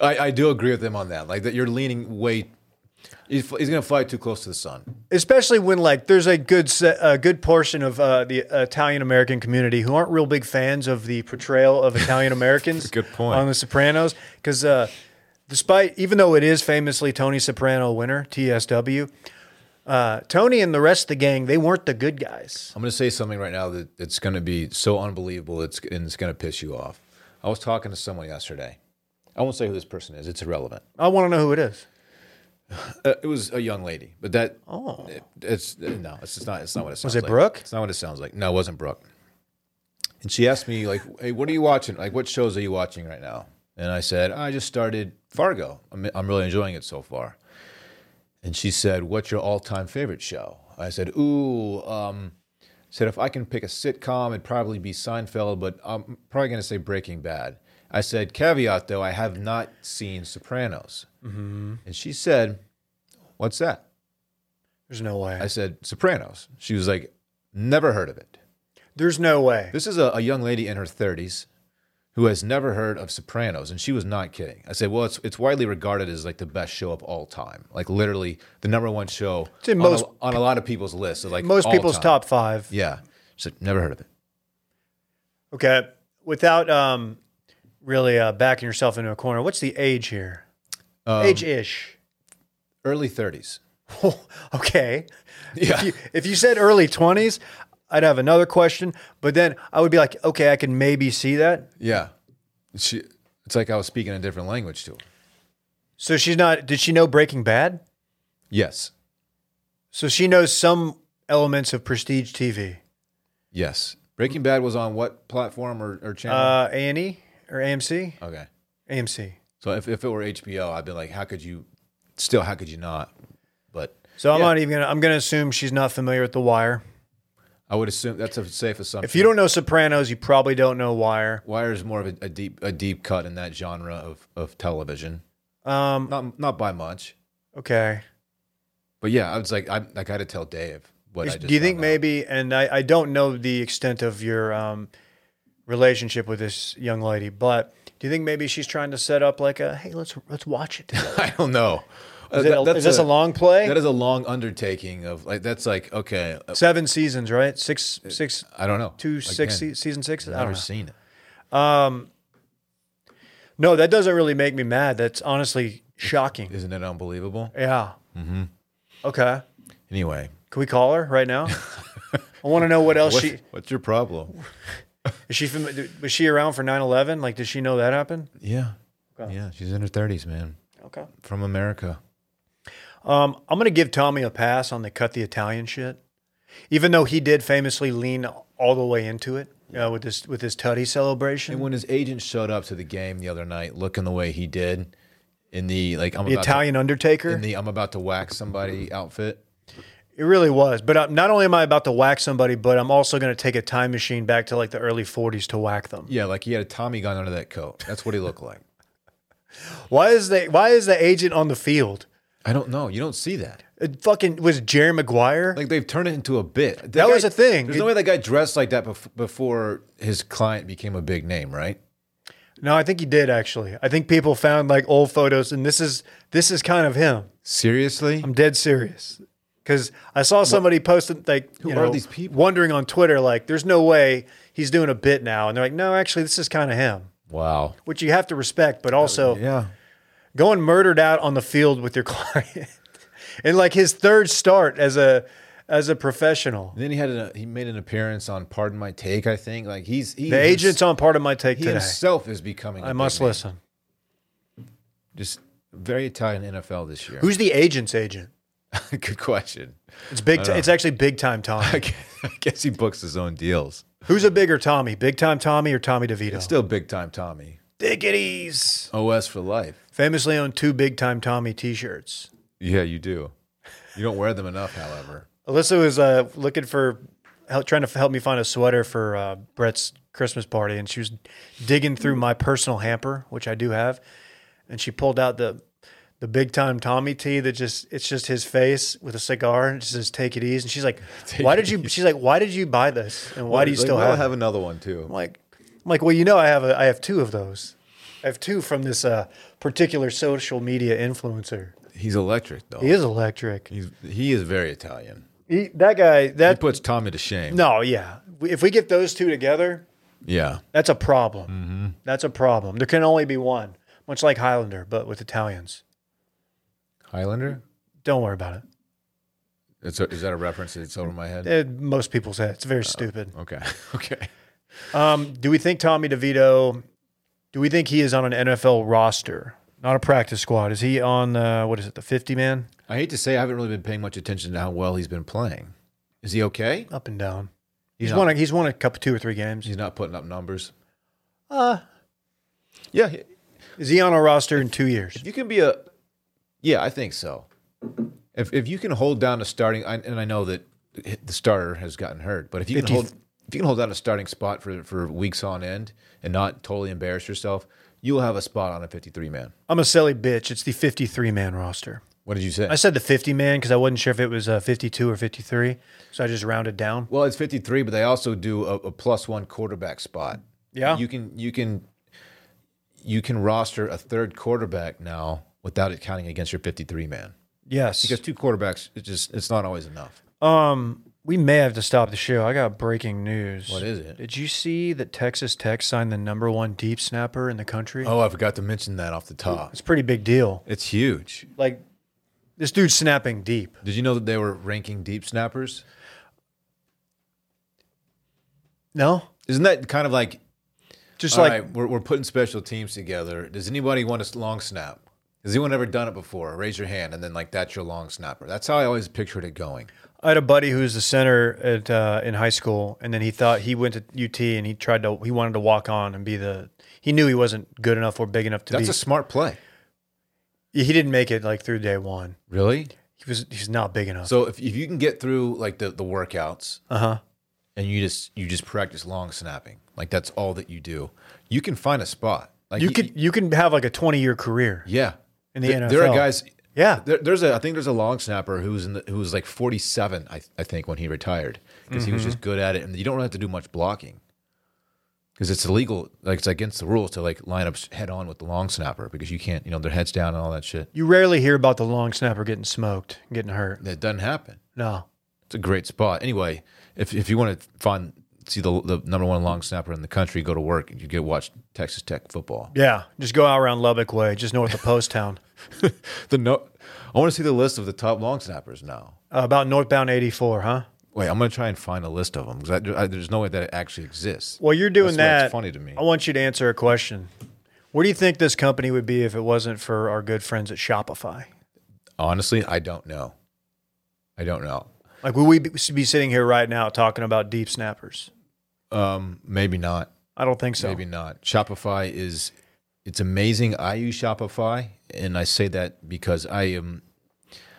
Speaker 2: I, I do agree with them on that. Like that you're leaning way he's, he's gonna fly too close to the sun.
Speaker 1: especially when like there's a good se- a good portion of uh, the Italian American community who aren't real big fans of the portrayal of Italian Americans.
Speaker 2: Good point.
Speaker 1: on The Sopranos because uh, despite even though it is famously Tony Soprano winner TSW, uh, Tony and the rest of the gang they weren't the good guys.
Speaker 2: I'm going to say something right now that it's going to be so unbelievable. It's and it's going to piss you off. I was talking to someone yesterday. I won't say who this person is. It's irrelevant.
Speaker 1: I want to know who it is.
Speaker 2: Uh, it was a young lady, but that oh, it's no, it's just not. It's not what it sounds.
Speaker 1: it
Speaker 2: like.
Speaker 1: Brooke?
Speaker 2: It's not what it sounds like. No, it wasn't Brooke. and she asked me like, "Hey, what are you watching? Like, what shows are you watching right now?" And I said, "I just started Fargo. I'm, I'm really enjoying it so far." And she said, "What's your all-time favorite show?" I said, "Ooh." Um, said if I can pick a sitcom, it'd probably be Seinfeld, but I'm probably going to say Breaking Bad. I said, caveat though, I have not seen Sopranos. And she said, What's that?
Speaker 1: There's no way.
Speaker 2: I said, Sopranos. She was like, Never heard of it.
Speaker 1: There's no way.
Speaker 2: This is a, a young lady in her 30s who has never heard of Sopranos, and she was not kidding. I said, Well, it's, it's widely regarded as like the best show of all time. Like, literally, the number one show
Speaker 1: It's in
Speaker 2: on,
Speaker 1: most-
Speaker 2: a, on a lot of people's lists. Like
Speaker 1: Most
Speaker 2: all
Speaker 1: people's
Speaker 2: time.
Speaker 1: top five.
Speaker 2: Yeah. She said, Never heard of it.
Speaker 1: Okay. Without um, really uh, backing yourself into a corner, what's the age here?
Speaker 2: Um,
Speaker 1: age ish.
Speaker 2: Early 30s.
Speaker 1: okay.
Speaker 2: Yeah.
Speaker 1: If you, if you said early 20s, I'd have another question, but then I would be like, okay, I can maybe see that.
Speaker 2: Yeah. She it's like I was speaking a different language to her.
Speaker 1: So she's not, did she know Breaking Bad?
Speaker 2: Yes.
Speaker 1: So she knows some elements of prestige TV.
Speaker 2: Yes. Breaking Bad was on what platform or, or channel?
Speaker 1: Uh, A&E or AMC?
Speaker 2: okay.
Speaker 1: AMC.
Speaker 2: So if, if it were HBO, I'd be like, how could you still how could you not? But
Speaker 1: So I'm
Speaker 2: Yeah.
Speaker 1: not even gonna, I'm gonna assume she's not familiar with The Wire.
Speaker 2: I would assume that's a safe assumption.
Speaker 1: If you don't know Sopranos, you probably don't know Wire.
Speaker 2: Wire is more of a, a deep a deep cut in that genre of, of television.
Speaker 1: Um,
Speaker 2: Not not by much.
Speaker 1: okay.
Speaker 2: But yeah, I was like I I gotta tell Dave what I
Speaker 1: Is-
Speaker 2: just
Speaker 1: do you think
Speaker 2: found out.
Speaker 1: maybe and I, I don't know the extent of your um, relationship with this young lady but do you think maybe she's trying to set up like a hey let's let's watch it together"?
Speaker 2: I don't know.
Speaker 1: is, it a-
Speaker 2: Uh, That's
Speaker 1: is this a, long play
Speaker 2: that is a long undertaking of like that's like okay uh,
Speaker 1: seven seasons right six six
Speaker 2: I don't know
Speaker 1: two six
Speaker 2: Uh,
Speaker 1: se-
Speaker 2: Again,
Speaker 1: season six I
Speaker 2: I've
Speaker 1: don't
Speaker 2: never
Speaker 1: know.
Speaker 2: seen it.
Speaker 1: no that doesn't really make me mad that's honestly shocking
Speaker 2: Isn't it unbelievable?
Speaker 1: yeah mm-hmm. okay
Speaker 2: Anyway,
Speaker 1: can we call her right now I want to know what else
Speaker 2: what-
Speaker 1: she
Speaker 2: what's your problem?
Speaker 1: is she fam- was she around for 9-11? like did she know that happened
Speaker 2: Yeah.
Speaker 1: Okay.
Speaker 2: Yeah, she's in her 30s, man.
Speaker 1: okay
Speaker 2: From America.
Speaker 1: Um, I'm going to give Tommy a pass on the cut the Italian shit, even though he did famously lean all the way into it uh, with this with his tutty celebration.
Speaker 2: And when his agent showed up to the game the other night looking the way he did in the like I'm
Speaker 1: the
Speaker 2: about
Speaker 1: Italian
Speaker 2: to,
Speaker 1: Undertaker.
Speaker 2: in the I'm about to whack somebody outfit.
Speaker 1: it really was. But uh, not only am I about to whack somebody, but I'm also going to take a time machine back to like the early 40s to whack them.
Speaker 2: Yeah, like he had a Tommy gun under that coat. That's what he looked like.
Speaker 1: Why is they? Why is the agent on the field?
Speaker 2: I don't know. You don't see that.
Speaker 1: It fucking was Jerry Maguire.
Speaker 2: Like they've turned it into a bit. That,
Speaker 1: was a thing.
Speaker 2: There's no
Speaker 1: It-
Speaker 2: way that guy dressed like that bef- before his client became a big name, right?
Speaker 1: no, I think he did actually. I think people found like old photos, and this is this is kind of him.
Speaker 2: Seriously?
Speaker 1: I'm dead serious. Because I saw somebody posting like,
Speaker 2: Who
Speaker 1: you
Speaker 2: are
Speaker 1: know,
Speaker 2: these people?
Speaker 1: Wondering on Twitter, like, there's no way he's doing a bit now, and they're like, no, actually, this is kind of him,
Speaker 2: Wow.
Speaker 1: which you have to respect, but also
Speaker 2: Yeah.
Speaker 1: going murdered out on the field with your client, and like his third start as a as a professional.
Speaker 2: And then he had a, he made an appearance on Pardon My Take, I think. Like he's he
Speaker 1: The
Speaker 2: hims-
Speaker 1: agent's on part of my take
Speaker 2: he
Speaker 1: today.
Speaker 2: himself is becoming. a
Speaker 1: I
Speaker 2: big
Speaker 1: must
Speaker 2: name.
Speaker 1: listen.
Speaker 2: Just very Italian NFL this year.
Speaker 1: Who's the agent's agent?
Speaker 2: good question?
Speaker 1: It's big. T- it's actually big time
Speaker 2: I
Speaker 1: Tommy.
Speaker 2: guess, I guess he books his own deals.
Speaker 1: Who's a bigger Tommy? Big time Tommy or Tommy DeVito?
Speaker 2: Still big time Tommy.
Speaker 1: Dickities.
Speaker 2: OS for life.
Speaker 1: Famously owned two big time Tommy T-shirts.
Speaker 2: Yeah, you do. You don't wear them enough, however.
Speaker 1: Alyssa was uh, looking for help, trying to help me find a sweater for uh, Brett's Christmas party, and she was digging through my personal hamper, which I do have, and she pulled out the the big time Tommy T that just it's just his face with a cigar and it says "Take it easy," and she's like, "Why did you?" She's like, "Why did you buy this? And why do you
Speaker 2: Like,
Speaker 1: still
Speaker 2: well,
Speaker 1: have?"
Speaker 2: I
Speaker 1: it?"
Speaker 2: have another one too?
Speaker 1: I'm like, I'm like, well, you know, I have a I have two of those. I have two from this uh, particular social media influencer.
Speaker 2: He's electric though.
Speaker 1: He is electric.
Speaker 2: He's, he is very Italian.
Speaker 1: He, that guy,
Speaker 2: He
Speaker 1: that
Speaker 2: puts Tommy to shame.
Speaker 1: No, yeah. We- If we get those two together,
Speaker 2: Yeah.
Speaker 1: that's a problem. That's a problem. There can only be one, much like Highlander, but with Italians.
Speaker 2: Highlander.
Speaker 1: Don't worry about it.
Speaker 2: It's a, is that a reference that's over my head?
Speaker 1: Eh, most people's head. It's very stupid.
Speaker 2: Okay. Okay.
Speaker 1: Um, do we think Tommy DeVito? Do we think he is on an NFL roster, not a practice squad? Is he on the what is it, the fifty man?
Speaker 2: I hate to say I haven't really been paying much attention to how well he's been playing. Is he okay?
Speaker 1: Up and down. He's
Speaker 2: know.
Speaker 1: won. A, he's won a couple, two or three games.
Speaker 2: He's not putting up numbers.
Speaker 1: Uh,
Speaker 2: Yeah, he-
Speaker 1: is he on a roster in two years?
Speaker 2: if you can be a, yeah, I think so. If if you can hold down a starting, I, and I know that the starter has gotten hurt, but if you can
Speaker 1: 50
Speaker 2: hold if you can hold down a starting spot for for weeks on end and not totally embarrass yourself, you'll have a spot on a fifty three man.
Speaker 1: I'm a silly bitch. It's the 53 man roster.
Speaker 2: What did you say?
Speaker 1: I said the 50 man because I wasn't sure if it was uh, 52 or 53, so I just rounded down.
Speaker 2: Well, it's 53, but they also do a, a plus one quarterback spot.
Speaker 1: Yeah.
Speaker 2: you can you can you can roster a third quarterback now without it counting against your 53 man
Speaker 1: Yes.
Speaker 2: because two quarterbacks it just it's not always enough.
Speaker 1: Um, we may have to stop the show. I got breaking news.
Speaker 2: What is it?
Speaker 1: Did you see that Texas Tech signed the number one deep snapper in the country?
Speaker 2: Oh, I forgot to mention that off the top.
Speaker 1: It's a pretty big deal.
Speaker 2: It's huge.
Speaker 1: Like, this dude's snapping deep.
Speaker 2: Did you know that they were ranking deep snappers?
Speaker 1: No?
Speaker 2: Isn't that kind of like
Speaker 1: Just
Speaker 2: all
Speaker 1: like,
Speaker 2: right, we're we're putting special teams together. Does anybody want a s- long snap? Has anyone ever done it before? Raise your hand, and then like that's your long snapper. That's how I always pictured it going.
Speaker 1: I had a buddy who was the center at uh, in high school, and then he thought he went to UT and he tried to, he wanted to walk on and be the, he knew he wasn't good enough or big enough to
Speaker 2: That's a smart play.
Speaker 1: be. he didn't make it like through day one.
Speaker 2: Really?
Speaker 1: He was, he's not big enough.
Speaker 2: So if, if you can get through like the, the workouts
Speaker 1: Uh huh.
Speaker 2: and you just you just practice long snapping, like that's all that you do, you can find a spot. Like
Speaker 1: You
Speaker 2: y-
Speaker 1: could, you can have like a 20 year career.
Speaker 2: yeah.
Speaker 1: in the
Speaker 2: there, there are
Speaker 1: NFL.
Speaker 2: guys.
Speaker 1: Yeah.
Speaker 2: There, there's a I think there's a long snapper who's in the, who was like 47, I, I think, when he retired because he was just good at it, and you don't really have to do much blocking because it's illegal, like it's against the rules to like line up head on with the long snapper because you can't, you know, their heads down and all that shit.
Speaker 1: You rarely hear about the long snapper getting smoked, getting hurt.
Speaker 2: That doesn't happen.
Speaker 1: No.
Speaker 2: It's a great spot. Anyway, if if you want to find see the the number one long snapper in the country, go to work and you get watch Texas Tech football.
Speaker 1: Yeah. Just go out around Lubbock Way, just north of Post Town,
Speaker 2: The no, I want to see the list of the top long snappers now.
Speaker 1: uh, about northbound 84, huh?
Speaker 2: Wait, I'm gonna try and find a list of them because there's no way that it actually exists.
Speaker 1: Well, you're doing
Speaker 2: That's why
Speaker 1: that.
Speaker 2: it's funny to me.
Speaker 1: I want you to answer a question. Where do you think this company would be if it wasn't for our good friends at Shopify?
Speaker 2: Honestly, I don't know. I don't know.
Speaker 1: Like, would we be be sitting here right now talking about deep snappers?
Speaker 2: Um, maybe not.
Speaker 1: I don't think so.
Speaker 2: Maybe not. Shopify is it's amazing. I use Shopify, and I say that because I am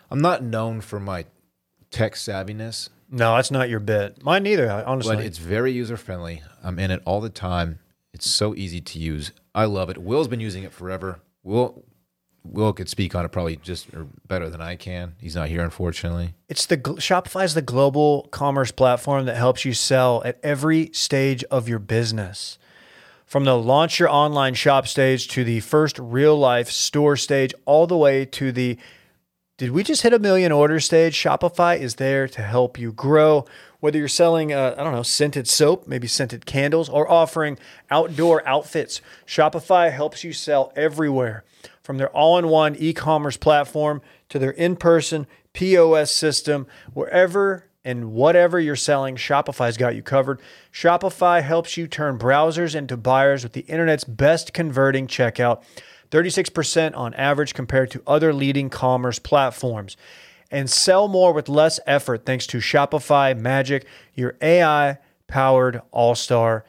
Speaker 2: I'm not known for my tech savviness,
Speaker 1: No, that's not your bit. Mine neither, honestly.
Speaker 2: but it's very user friendly. I'm in it all the time. It's so easy to use. I love it. Will's been using it forever. Will Will could speak on it probably just or better than I can. He's not here, unfortunately.
Speaker 1: It's the gl- Shopify is the global commerce platform that helps you sell at every stage of your business. From the launch your online shop stage to the first real life store stage, all the way to the did we just hit a million order stage? Shopify is there to help you grow. Whether you're selling, uh, I don't know, scented soap, maybe scented candles, or offering outdoor outfits, Shopify helps you sell everywhere from their all in one e commerce platform to their in person POS system, wherever and whatever you're selling, Shopify's got you covered. Shopify helps you turn browsers into buyers with the internet's best converting checkout. 36% on average compared to other leading commerce platforms. And sell more with less effort thanks to Shopify Magic, your AI powered all star.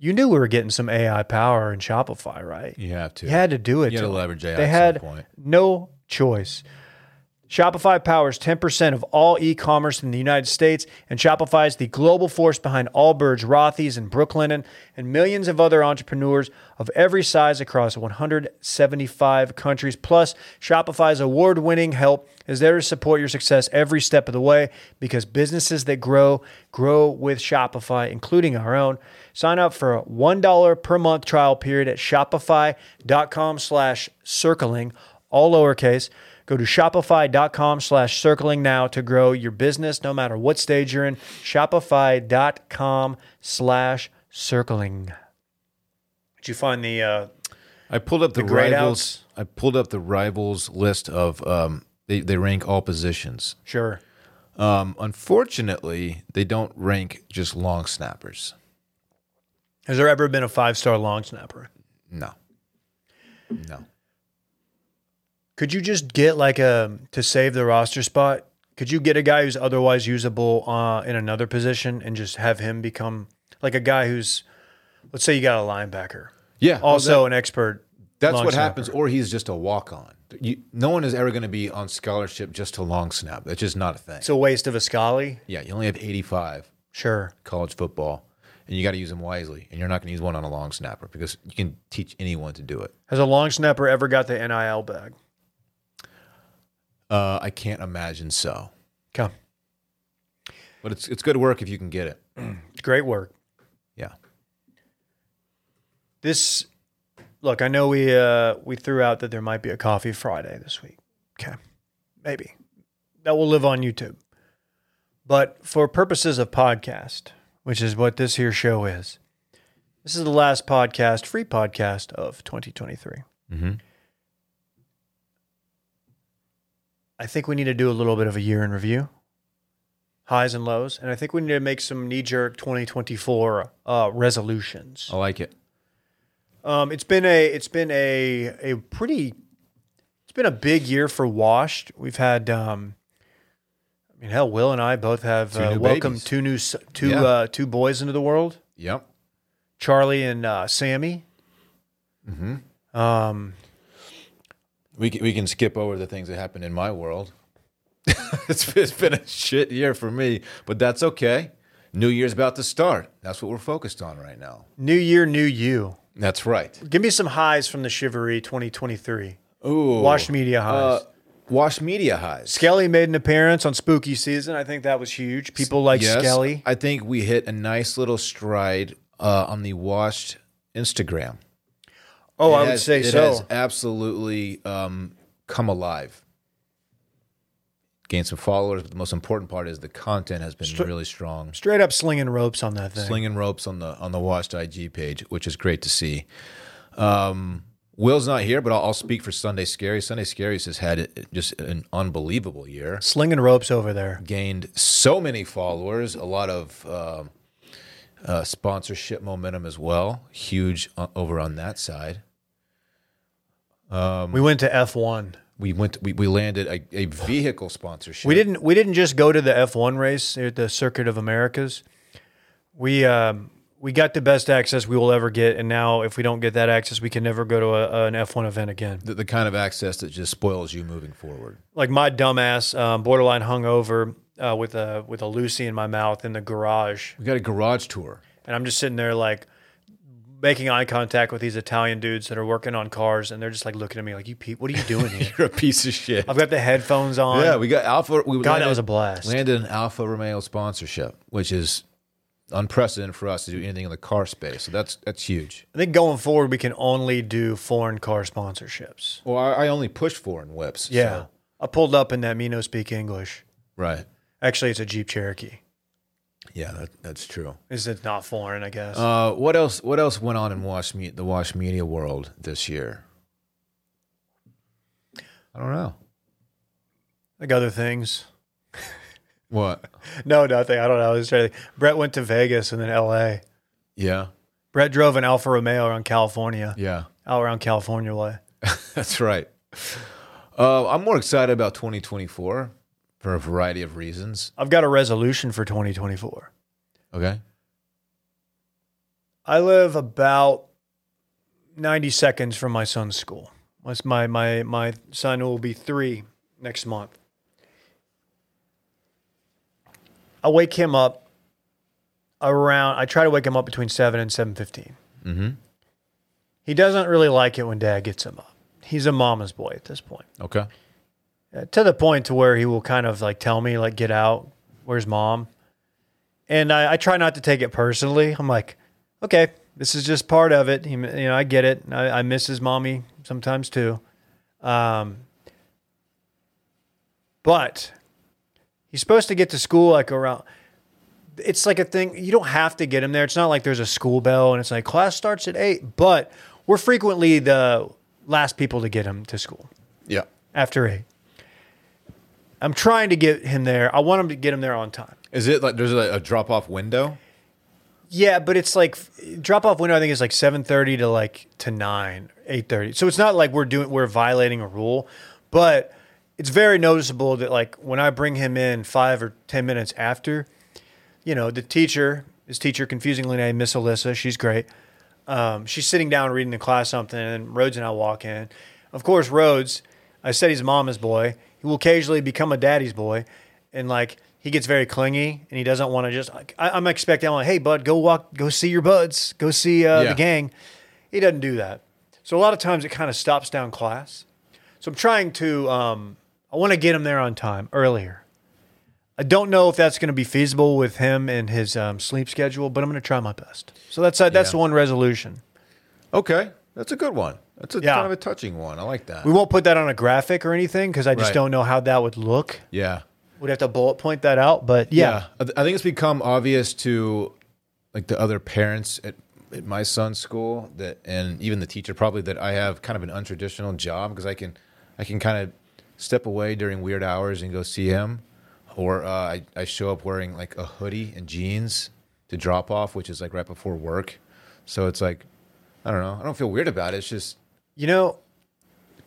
Speaker 1: You knew we were getting some AI power in Shopify, right?
Speaker 2: You have to.
Speaker 1: You had to do it.
Speaker 2: You had to
Speaker 1: Dylan.
Speaker 2: leverage AI
Speaker 1: They
Speaker 2: at some
Speaker 1: had
Speaker 2: point.
Speaker 1: no choice. Shopify powers 10% of all e-commerce in the United States, and Shopify is the global force behind Allbirds, Rothy's, and Brooklinen, and millions of other entrepreneurs of every size across 175 countries. Plus, Shopify's award-winning help is there to support your success every step of the way because businesses that grow grow with Shopify, including our own. Sign up for a $1 per month trial period at shopify.com slash circling, all lowercase. Go to shopify.com slash circling now to grow your business no matter what stage you're in. Shopify.com slash circling. Did you find the uh,
Speaker 2: I pulled up the,
Speaker 1: grade
Speaker 2: rivals. I pulled up the rivals list of um, they they rank all positions.
Speaker 1: sure.
Speaker 2: Um, unfortunately, they don't rank just long snappers.
Speaker 1: Has there ever been a five star long snapper?
Speaker 2: No, no.
Speaker 1: Could you just get like a to save the roster spot? Could you get a guy who's otherwise usable uh, in another position and just have him become like a guy who's, let's say you got a linebacker,
Speaker 2: Yeah.
Speaker 1: also an expert.
Speaker 2: That's
Speaker 1: long
Speaker 2: what
Speaker 1: snapper.
Speaker 2: happens, or he's just a walk on. No one is ever going to be on scholarship just to long snap. That's just not a thing.
Speaker 1: It's a waste of a Scully.
Speaker 2: yeah, you only have 85
Speaker 1: Sure.
Speaker 2: college football, and you got to use them wisely. And you're not going to use one on a long snapper because you can teach anyone to do it.
Speaker 1: Has a long snapper ever got the NIL bag?
Speaker 2: Uh, I can't imagine so,
Speaker 1: Come.
Speaker 2: but it's it's good work if you can get it.
Speaker 1: Great work.
Speaker 2: Yeah,
Speaker 1: This look, I know we uh we threw out that there might be a coffee Friday this week. Okay. Maybe. That will live on YouTube. But for purposes of podcast, which is what this here show is, this is the last podcast, free podcast of 2023.
Speaker 2: Mhm.
Speaker 1: I think we need to do a little bit of a year in review, highs and lows. And I think we need to make some knee jerk 2024 uh, resolutions.
Speaker 2: I like it.
Speaker 1: Um, it's been a it's been a a pretty it's been a big year for Washed. We've had um, I mean hell, Will and I both have
Speaker 2: Two
Speaker 1: uh,
Speaker 2: new
Speaker 1: welcomed
Speaker 2: babies.
Speaker 1: two new s- two
Speaker 2: Yeah.
Speaker 1: uh, two boys into the world,
Speaker 2: Yep.
Speaker 1: Charlie and uh, Sammy. Mm-hmm. Um,
Speaker 2: We can, we can skip over the things that happened in my world. it's, it's been a shit year for me, but that's okay. New Year's about to start. That's what we're focused on right now.
Speaker 1: new year, new you.
Speaker 2: That's right.
Speaker 1: Give me some highs from the Chivalry 2023.
Speaker 2: Ooh.
Speaker 1: Washed media highs.
Speaker 2: Uh, Wash media highs.
Speaker 1: Skelly made an appearance on Spooky Season. I think that was huge. People like
Speaker 2: Yes,
Speaker 1: Skelly.
Speaker 2: I think we hit a nice little stride uh, on the washed Instagram.
Speaker 1: Oh, I
Speaker 2: It
Speaker 1: would
Speaker 2: has-
Speaker 1: say
Speaker 2: it
Speaker 1: so.
Speaker 2: has absolutely um, come alive. Gained some followers, but the most important part is the content has been really strong.
Speaker 1: Straight up slinging ropes on that thing.
Speaker 2: Slinging ropes on the on the washed IG page, which is great to see. Um, Will's not here, but I'll, I'll speak for Sunday Scary. Sunday Scaries has had uh, just an unbelievable year.
Speaker 1: slinging ropes over there.
Speaker 2: gained so many followers, a lot of um uh, sponsorship momentum as well. Huge o- over on that side. Um,
Speaker 1: we went to F1.
Speaker 2: We went. We, we landed a, a vehicle sponsorship.
Speaker 1: We didn't we didn't just go to the F1 race at the Circuit of Americas. We um, we got the best access we will ever get, and now if we don't get that access, we can never go to a, an F1 event again.
Speaker 2: the, the kind of access that just spoils you moving forward.
Speaker 1: Like my dumbass, um, borderline hungover uh, with a with a Lucy in my mouth in the garage,
Speaker 2: We got a garage tour.
Speaker 1: and I'm just sitting there like making eye contact with these Italian dudes that are working on cars, and they're just like looking at me like, "You, pe- what are you doing here?"
Speaker 2: You're a piece of shit.
Speaker 1: I've got the headphones on.
Speaker 2: Yeah, we got Alpha. We
Speaker 1: God, that was a blast.
Speaker 2: Landed an Alpha Romeo sponsorship, which is unprecedented for us to do anything in the car space. So that's that's huge.
Speaker 1: I think going forward, we can only do foreign car sponsorships.
Speaker 2: Well, I, I only push four in whips. so-
Speaker 1: Yeah. I pulled up in that Mino speak English.
Speaker 2: right.
Speaker 1: Actually, it's a Jeep Cherokee.
Speaker 2: Yeah, that, that's true.
Speaker 1: Is it not foreign, I guess?
Speaker 2: Uh, what else? What else went on in Wash me- the Wash Media world this year? I don't know.
Speaker 1: like other things.
Speaker 2: What?
Speaker 1: No, nothing. I don't know. I was trying to Brett went to Vegas and then LA.
Speaker 2: Yeah,
Speaker 1: Brett drove an Alfa Romeo around California,
Speaker 2: yeah,
Speaker 1: out around California way.
Speaker 2: that's right. Uh, I'm more excited about 2024 for a variety of reasons.
Speaker 1: I've got a resolution for 2024.
Speaker 2: Okay.
Speaker 1: I live about 90 seconds from my son's school. That's my my my son will be 3 next month. I wake him up around I try to wake him up between 7 and 7:15.
Speaker 2: Mhm.
Speaker 1: He doesn't really like it when dad gets him up. He's a mama's boy at this point.
Speaker 2: Okay.
Speaker 1: Uh, to the point to where he will kind of like tell me like get out where's mom and I, I try not to take it personally i'm like okay this is just part of it He- you know i get it i, I miss his mommy sometimes too um, but he's supposed to get to school like around it's like a thing you don't have to get him there it's not like there's a school bell and it's like class starts at eight but we're frequently the last people to get him to school
Speaker 2: Yeah.
Speaker 1: after eight. I'm trying to get him there. I want him to get him there on time.
Speaker 2: Is it like there's a, a drop off window?
Speaker 1: Yeah, but it's like drop off window. I think is like seven thirty to like to nine, eight thirty. So it's not like we're doing we're violating a rule, but it's very noticeable that like when I bring him in five or ten minutes after, you know, the teacher, his teacher, confusingly named Miss Alyssa, she's great. Um, she's sitting down reading the class something, and Rhodes and I walk in. Of course, Rhodes, I said he's a mama's boy. He will occasionally become a daddy's boy, and like he gets very clingy, and he doesn't want to just. Like, I, I'm expecting, I'm like, hey, bud, go walk, go see your buds, go see uh,
Speaker 2: Yeah.
Speaker 1: the gang. He doesn't do that. So a lot of times it kind of stops down class. So I'm trying to, um, I want to get him there on time earlier. I don't know if that's going to be feasible with him and his um, sleep schedule, but I'm going to try my best. So that's uh, that's
Speaker 2: Yeah.
Speaker 1: the one resolution.
Speaker 2: Okay, that's a good one. That's a
Speaker 1: Yeah.
Speaker 2: kind of a touching one. I like that.
Speaker 1: We won't put that on a graphic or anything because I just
Speaker 2: Right.
Speaker 1: don't know how that would look.
Speaker 2: yeah.
Speaker 1: We'd have to bullet point that out, but yeah,
Speaker 2: I th- I think it's become obvious to like the other parents at, at my son's school that, and even the teacher probably that I have kind of an untraditional job because I can, I can kind of step away during weird hours and go see him, or uh, I I show up wearing like a hoodie and jeans to drop off, which is like right before work, so it's like, I don't know, I don't feel weird about it. It's just
Speaker 1: you know,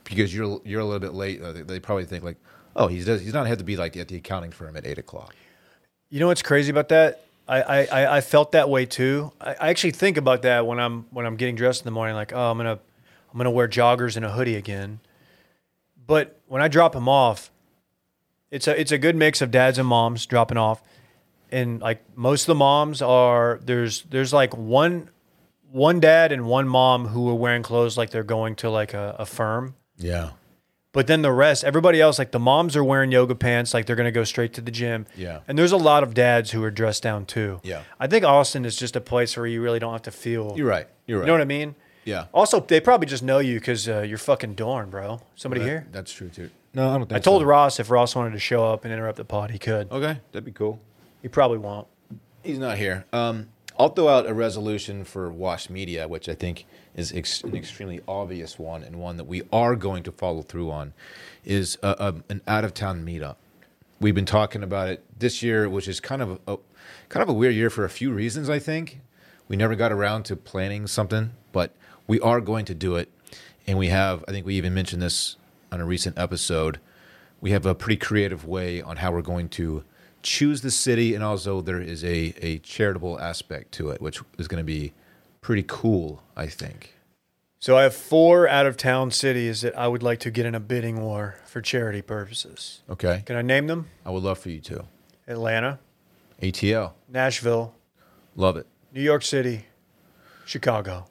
Speaker 2: because you're you're a little bit late. uh, they- They probably think like, oh, he's he's not have to be like at the accounting firm at eight o'clock.
Speaker 1: You know what's crazy about that? I, I, I- I felt that way too. I, I actually think about that when I'm when I'm getting dressed in the morning, like, oh, I'm gonna I'm gonna wear joggers and a hoodie again. But when I drop him off, it's a it's a good mix of dads and moms dropping off. And like most of the moms are there's there's like one one dad and one mom who are wearing clothes like they're going to like a, a firm.
Speaker 2: Yeah.
Speaker 1: But then the rest, everybody else, like the moms are wearing yoga pants, like they're gonna go straight to the gym.
Speaker 2: Yeah.
Speaker 1: And there's a lot of dads who are dressed down too.
Speaker 2: Yeah.
Speaker 1: I think Austin is just a place where you really don't have to feel.
Speaker 2: You're right. You're right.
Speaker 1: You know what I mean?
Speaker 2: Yeah.
Speaker 1: Also, they probably just know you because uh, you're fucking Dorn, bro. Somebody here.
Speaker 2: That's true too. No, I don't think
Speaker 1: I told Ross if Ross wanted to show up and interrupt the pod, he could.
Speaker 2: Okay, that'd be cool.
Speaker 1: He probably won't.
Speaker 2: He's not here. Um, I'll throw out a resolution for Wash Media, which I think is ex- an extremely obvious one and one that we are going to follow through on, is uh um an out of town meetup. We've been talking about it this year, which is kind of a, kind of a weird year for a few reasons. I think we never got around to planning something, but we are going to do it, and we have. I think we even mentioned this on a recent episode. we have a pretty creative way on how we're going to choose the city and also there is a, a charitable aspect to it which is going to be pretty cool i think
Speaker 1: So I have four out of town cities that I would like to get in a bidding war for charity purposes.
Speaker 2: okay
Speaker 1: Can I name them?
Speaker 2: i would love for you to
Speaker 1: Atlanta,
Speaker 2: atl
Speaker 1: Nashville,
Speaker 2: love it
Speaker 1: New York City, Chicago.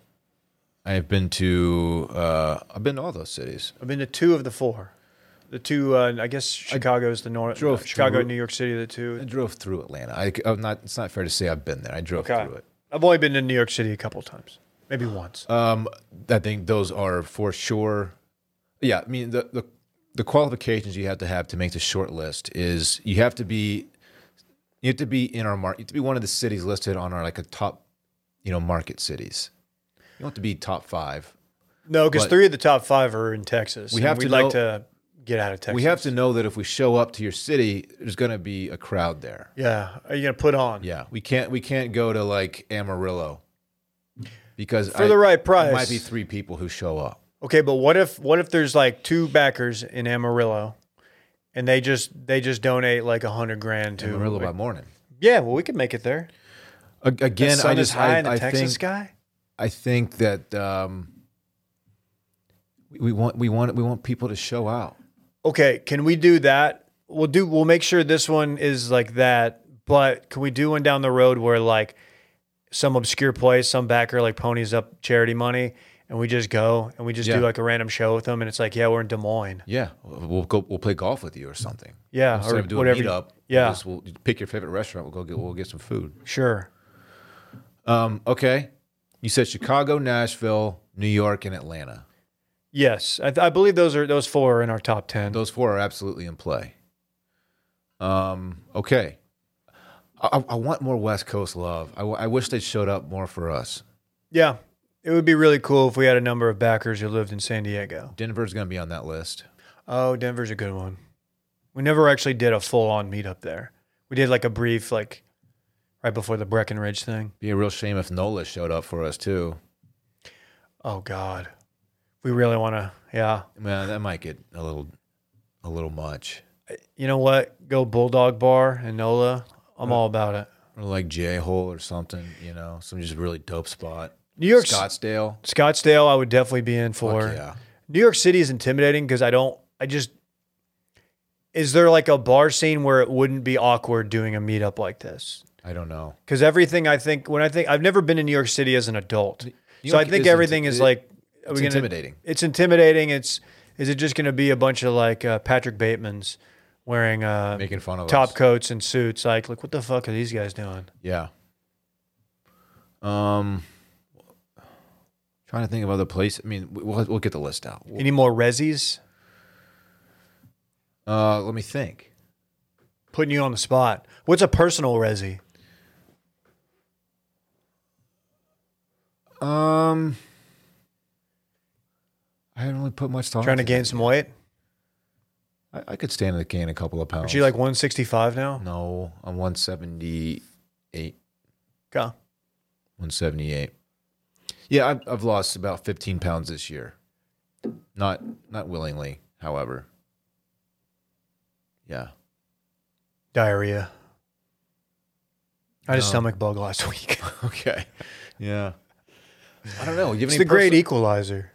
Speaker 2: i have been to uh, i've been to all those cities
Speaker 1: I've been to two of the four. The two, uh, I guess Chicago is the north.
Speaker 2: drove
Speaker 1: Chicago,
Speaker 2: through-
Speaker 1: and New York City, are the
Speaker 2: i
Speaker 1: two.
Speaker 2: drove through atlanta I, am not it's not fair to say i've been there i drove through it
Speaker 1: I've only been to New York City a couple times, maybe once.
Speaker 2: Um, I think those are for sure. Yeah, I mean the the the qualifications you have to have to make the short list is you have to be you have to be in our market. You have to be one of the cities listed on our like a top, you know, market cities. You don't have to be top five.
Speaker 1: no, because
Speaker 2: but-
Speaker 1: three of the top five are in Texas.
Speaker 2: We
Speaker 1: and
Speaker 2: have to
Speaker 1: we'd like
Speaker 2: know-
Speaker 1: to get out of Texas.
Speaker 2: We have to know that if we show up to your city, there's going to be a crowd there.
Speaker 1: Yeah, are you gonna put on?
Speaker 2: Yeah, we can't we can't go to like Amarillo because
Speaker 1: For the right
Speaker 2: there
Speaker 1: price.
Speaker 2: might be three people who show up.
Speaker 1: Okay, but what if what if there's like two backers in Amarillo, and they just they just donate like a hundred grand to
Speaker 2: Amarillo by morning.
Speaker 1: Yeah, well we could make it there.
Speaker 2: A-
Speaker 1: The
Speaker 2: Again,
Speaker 1: sun
Speaker 2: I
Speaker 1: is
Speaker 2: just
Speaker 1: high
Speaker 2: I,
Speaker 1: in the
Speaker 2: I
Speaker 1: Texas
Speaker 2: think
Speaker 1: sky.
Speaker 2: I think that um, we- we want we want we want people to show out.
Speaker 1: Okay, can we do that? We'll do we'll make sure this one is like that, but can we do one down the road where like some obscure place, some backer like ponies up charity money and we just go and we just
Speaker 2: Yeah.
Speaker 1: do like a random show with them and it's like, yeah, we're in Des Moines.
Speaker 2: Yeah, we'll go. We'll play golf with you or something.
Speaker 1: Yeah,
Speaker 2: instead
Speaker 1: or
Speaker 2: of doing
Speaker 1: whatever
Speaker 2: a
Speaker 1: you-
Speaker 2: meetup.
Speaker 1: yeah.
Speaker 2: we'll, just, we'll pick your favorite restaurant. We'll go get we'll get some food.
Speaker 1: Sure.
Speaker 2: Um, okay, you said Chicago, Nashville, New York, and Atlanta.
Speaker 1: Yes. I, th- I believe those are those four are in our top 10.
Speaker 2: Those four are absolutely in play. Um, okay, I, I- I want more West Coast love. I, w- I wish they showed up more for us.
Speaker 1: yeah. It would be really cool if we had a number of backers who lived in San Diego.
Speaker 2: Denver's going to be on that list.
Speaker 1: Oh, Denver's a good one. We never actually did a full on meetup there. We did like a brief like right before the Breckenridge thing.
Speaker 2: Be a real shame if Nola showed up for us too.
Speaker 1: Oh God, we really want to. Yeah,
Speaker 2: Man, that might get a little a little much.
Speaker 1: You know what? Go Bulldog Bar and Nola. I'm all about it.
Speaker 2: Or like J Hole or something, you know, some just really dope spot.
Speaker 1: New York
Speaker 2: Scottsdale.
Speaker 1: Scottsdale, I would definitely be in for.
Speaker 2: Fuck yeah.
Speaker 1: New York City is intimidating because I don't. I just. Is there like a bar scene where it wouldn't be awkward doing a meetup like this?
Speaker 2: I don't know.
Speaker 1: Because everything I think when I think I've never been to New York City as an adult, so I
Speaker 2: York
Speaker 1: think
Speaker 2: is
Speaker 1: everything
Speaker 2: inti-
Speaker 1: is
Speaker 2: it-
Speaker 1: like are
Speaker 2: It's
Speaker 1: we gonna-
Speaker 2: intimidating.
Speaker 1: It's intimidating. It's is it just going to be a bunch of like uh, Patrick Bateman's wearing uh,
Speaker 2: Making fun of
Speaker 1: top
Speaker 2: us.
Speaker 1: coats and suits? Like, like what the fuck are these guys doing?
Speaker 2: Yeah. Um, trying to think of other places. I mean, we- we'll we'll get the list out. We'll-
Speaker 1: Any more resis?
Speaker 2: Uh, let me think.
Speaker 1: Putting you on the spot. What's a personal resi?
Speaker 2: Um, I haven't really put much thought.
Speaker 1: Trying to
Speaker 2: into
Speaker 1: gain some weight?
Speaker 2: that. I, I could stand to gain a couple of pounds.
Speaker 1: Aren't you like 165 now?
Speaker 2: No, I'm 178.
Speaker 1: Okay.
Speaker 2: 178. Yeah, I've, I've lost about 15 pounds this year. Not not willingly, however. Yeah.
Speaker 1: Diarrhea. I had a
Speaker 2: No.
Speaker 1: stomach bug last week.
Speaker 2: Okay. Yeah. I don't know. You have
Speaker 1: it's
Speaker 2: any
Speaker 1: the great
Speaker 2: perso-
Speaker 1: equalizer.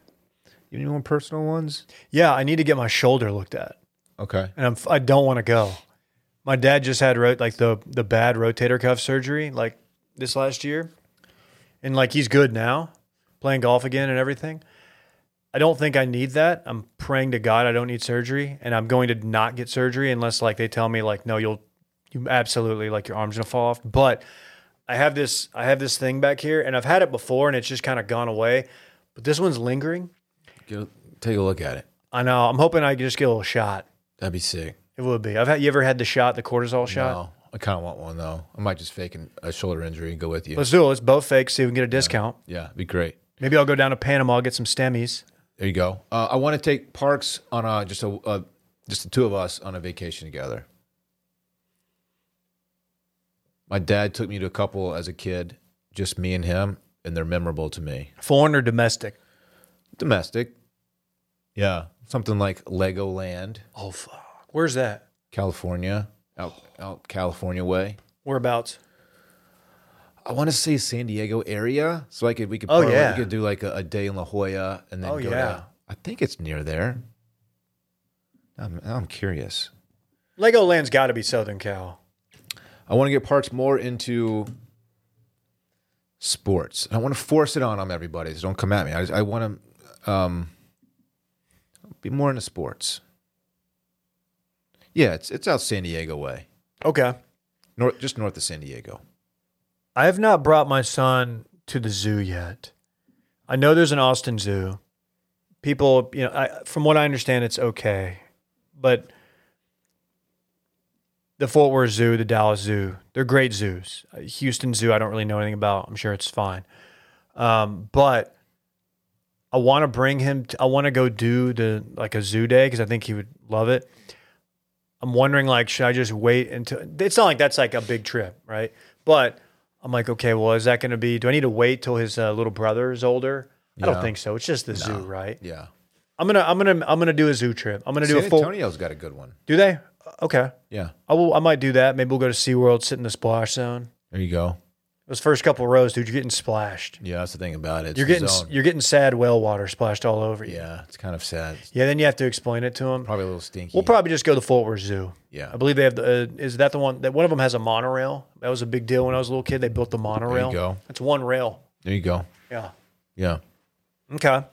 Speaker 2: You have any more personal ones?
Speaker 1: Yeah, I need to get my shoulder looked at,
Speaker 2: Okay.
Speaker 1: and I'm f- I don't want to go. My dad just had ro- like the the bad rotator cuff surgery like this last year, and like he's good now, playing golf again and everything. I don't think I need that. I'm praying to God I don't need surgery, and I'm going to not get surgery unless like they tell me like no, you'll you absolutely like your arm's gonna fall off. But I have this I have this thing back here, and I've had it before, and it's just kind of gone away. But this one's lingering.
Speaker 2: Go, take a look at it.
Speaker 1: I know. I'm hoping I just get a little shot.
Speaker 2: That'd be sick.
Speaker 1: It would be. I've had. You ever had the shot, the cortisol shot?
Speaker 2: No, I kind of want one though. I might just fake an, a shoulder injury and go with you.
Speaker 1: Let's do it. Let's both fake. See if we can get a discount.
Speaker 2: yeah, it'd be great.
Speaker 1: Maybe I'll go down to Panama get some stemmies.
Speaker 2: There you go. Uh, I want to take Parks on a just a uh, just the two of us on a vacation together. My dad took me to a couple as a kid, just me and him, and they're memorable to me.
Speaker 1: Foreign or domestic?
Speaker 2: Domestic, yeah, something like Legoland,
Speaker 1: Oh fuck. Where's that?
Speaker 2: California, out out California way.
Speaker 1: Whereabouts?
Speaker 2: I want to say San Diego area, so I could we could
Speaker 1: Oh,
Speaker 2: parlay-
Speaker 1: yeah.
Speaker 2: we could do like a, a day in La Jolla and then
Speaker 1: Oh,
Speaker 2: go
Speaker 1: yeah.
Speaker 2: to, I think it's near there. I'm, I'm curious.
Speaker 1: Legoland's got to be Southern Cal.
Speaker 2: I want to get Parks more into sports. I don't want to force it on him, everybody. So don't come at me. I, just, I want to um, be more into sports. Yeah, it's it's out San Diego way,
Speaker 1: Okay.
Speaker 2: north just north of San Diego.
Speaker 1: I have not brought my son to the zoo yet. I know there's an Austin Zoo. People, you know, I, from what I understand, it's okay, but the Fort Worth Zoo, the Dallas Zoo, they're great zoos. Uh, Houston Zoo, I don't really know anything about. I'm sure it's fine, um, but I want to bring him. To, I want to go do the like a zoo day because I think he would love it. I'm wondering, like, should I just wait until? It's not like that's like a big trip, right? But I'm like, okay, well, is that going to be? Do I need to wait till his uh, little brother is older? I
Speaker 2: Yeah.
Speaker 1: don't think so. It's just the zoo, right?
Speaker 2: Yeah,
Speaker 1: I'm gonna, I'm gonna, I'm gonna do a zoo trip. I'm gonna do
Speaker 2: San
Speaker 1: a full.
Speaker 2: Antonio's got a good one.
Speaker 1: Do they? Okay,
Speaker 2: Yeah,
Speaker 1: I will. I might do that. Maybe we'll go to SeaWorld, sit in the splash zone.
Speaker 2: there you go.
Speaker 1: Those first couple rows, dude, you're getting splashed.
Speaker 2: Yeah, that's the thing about it. It's
Speaker 1: You're
Speaker 2: the
Speaker 1: getting,
Speaker 2: zone.
Speaker 1: you're getting sad whale water splashed all over you.
Speaker 2: yeah, it's kind of sad. It's
Speaker 1: Yeah, then you have to explain it to him.
Speaker 2: probably a little stinky.
Speaker 1: We'll probably just go to the Fort Worth Zoo.
Speaker 2: yeah.
Speaker 1: I believe they have the. Uh, is that the one that one of them has a monorail? That was a big deal when I was a little kid. They built the monorail.
Speaker 2: go.
Speaker 1: That's one rail.
Speaker 2: There you go.
Speaker 1: Yeah.
Speaker 2: Yeah.
Speaker 1: Okay.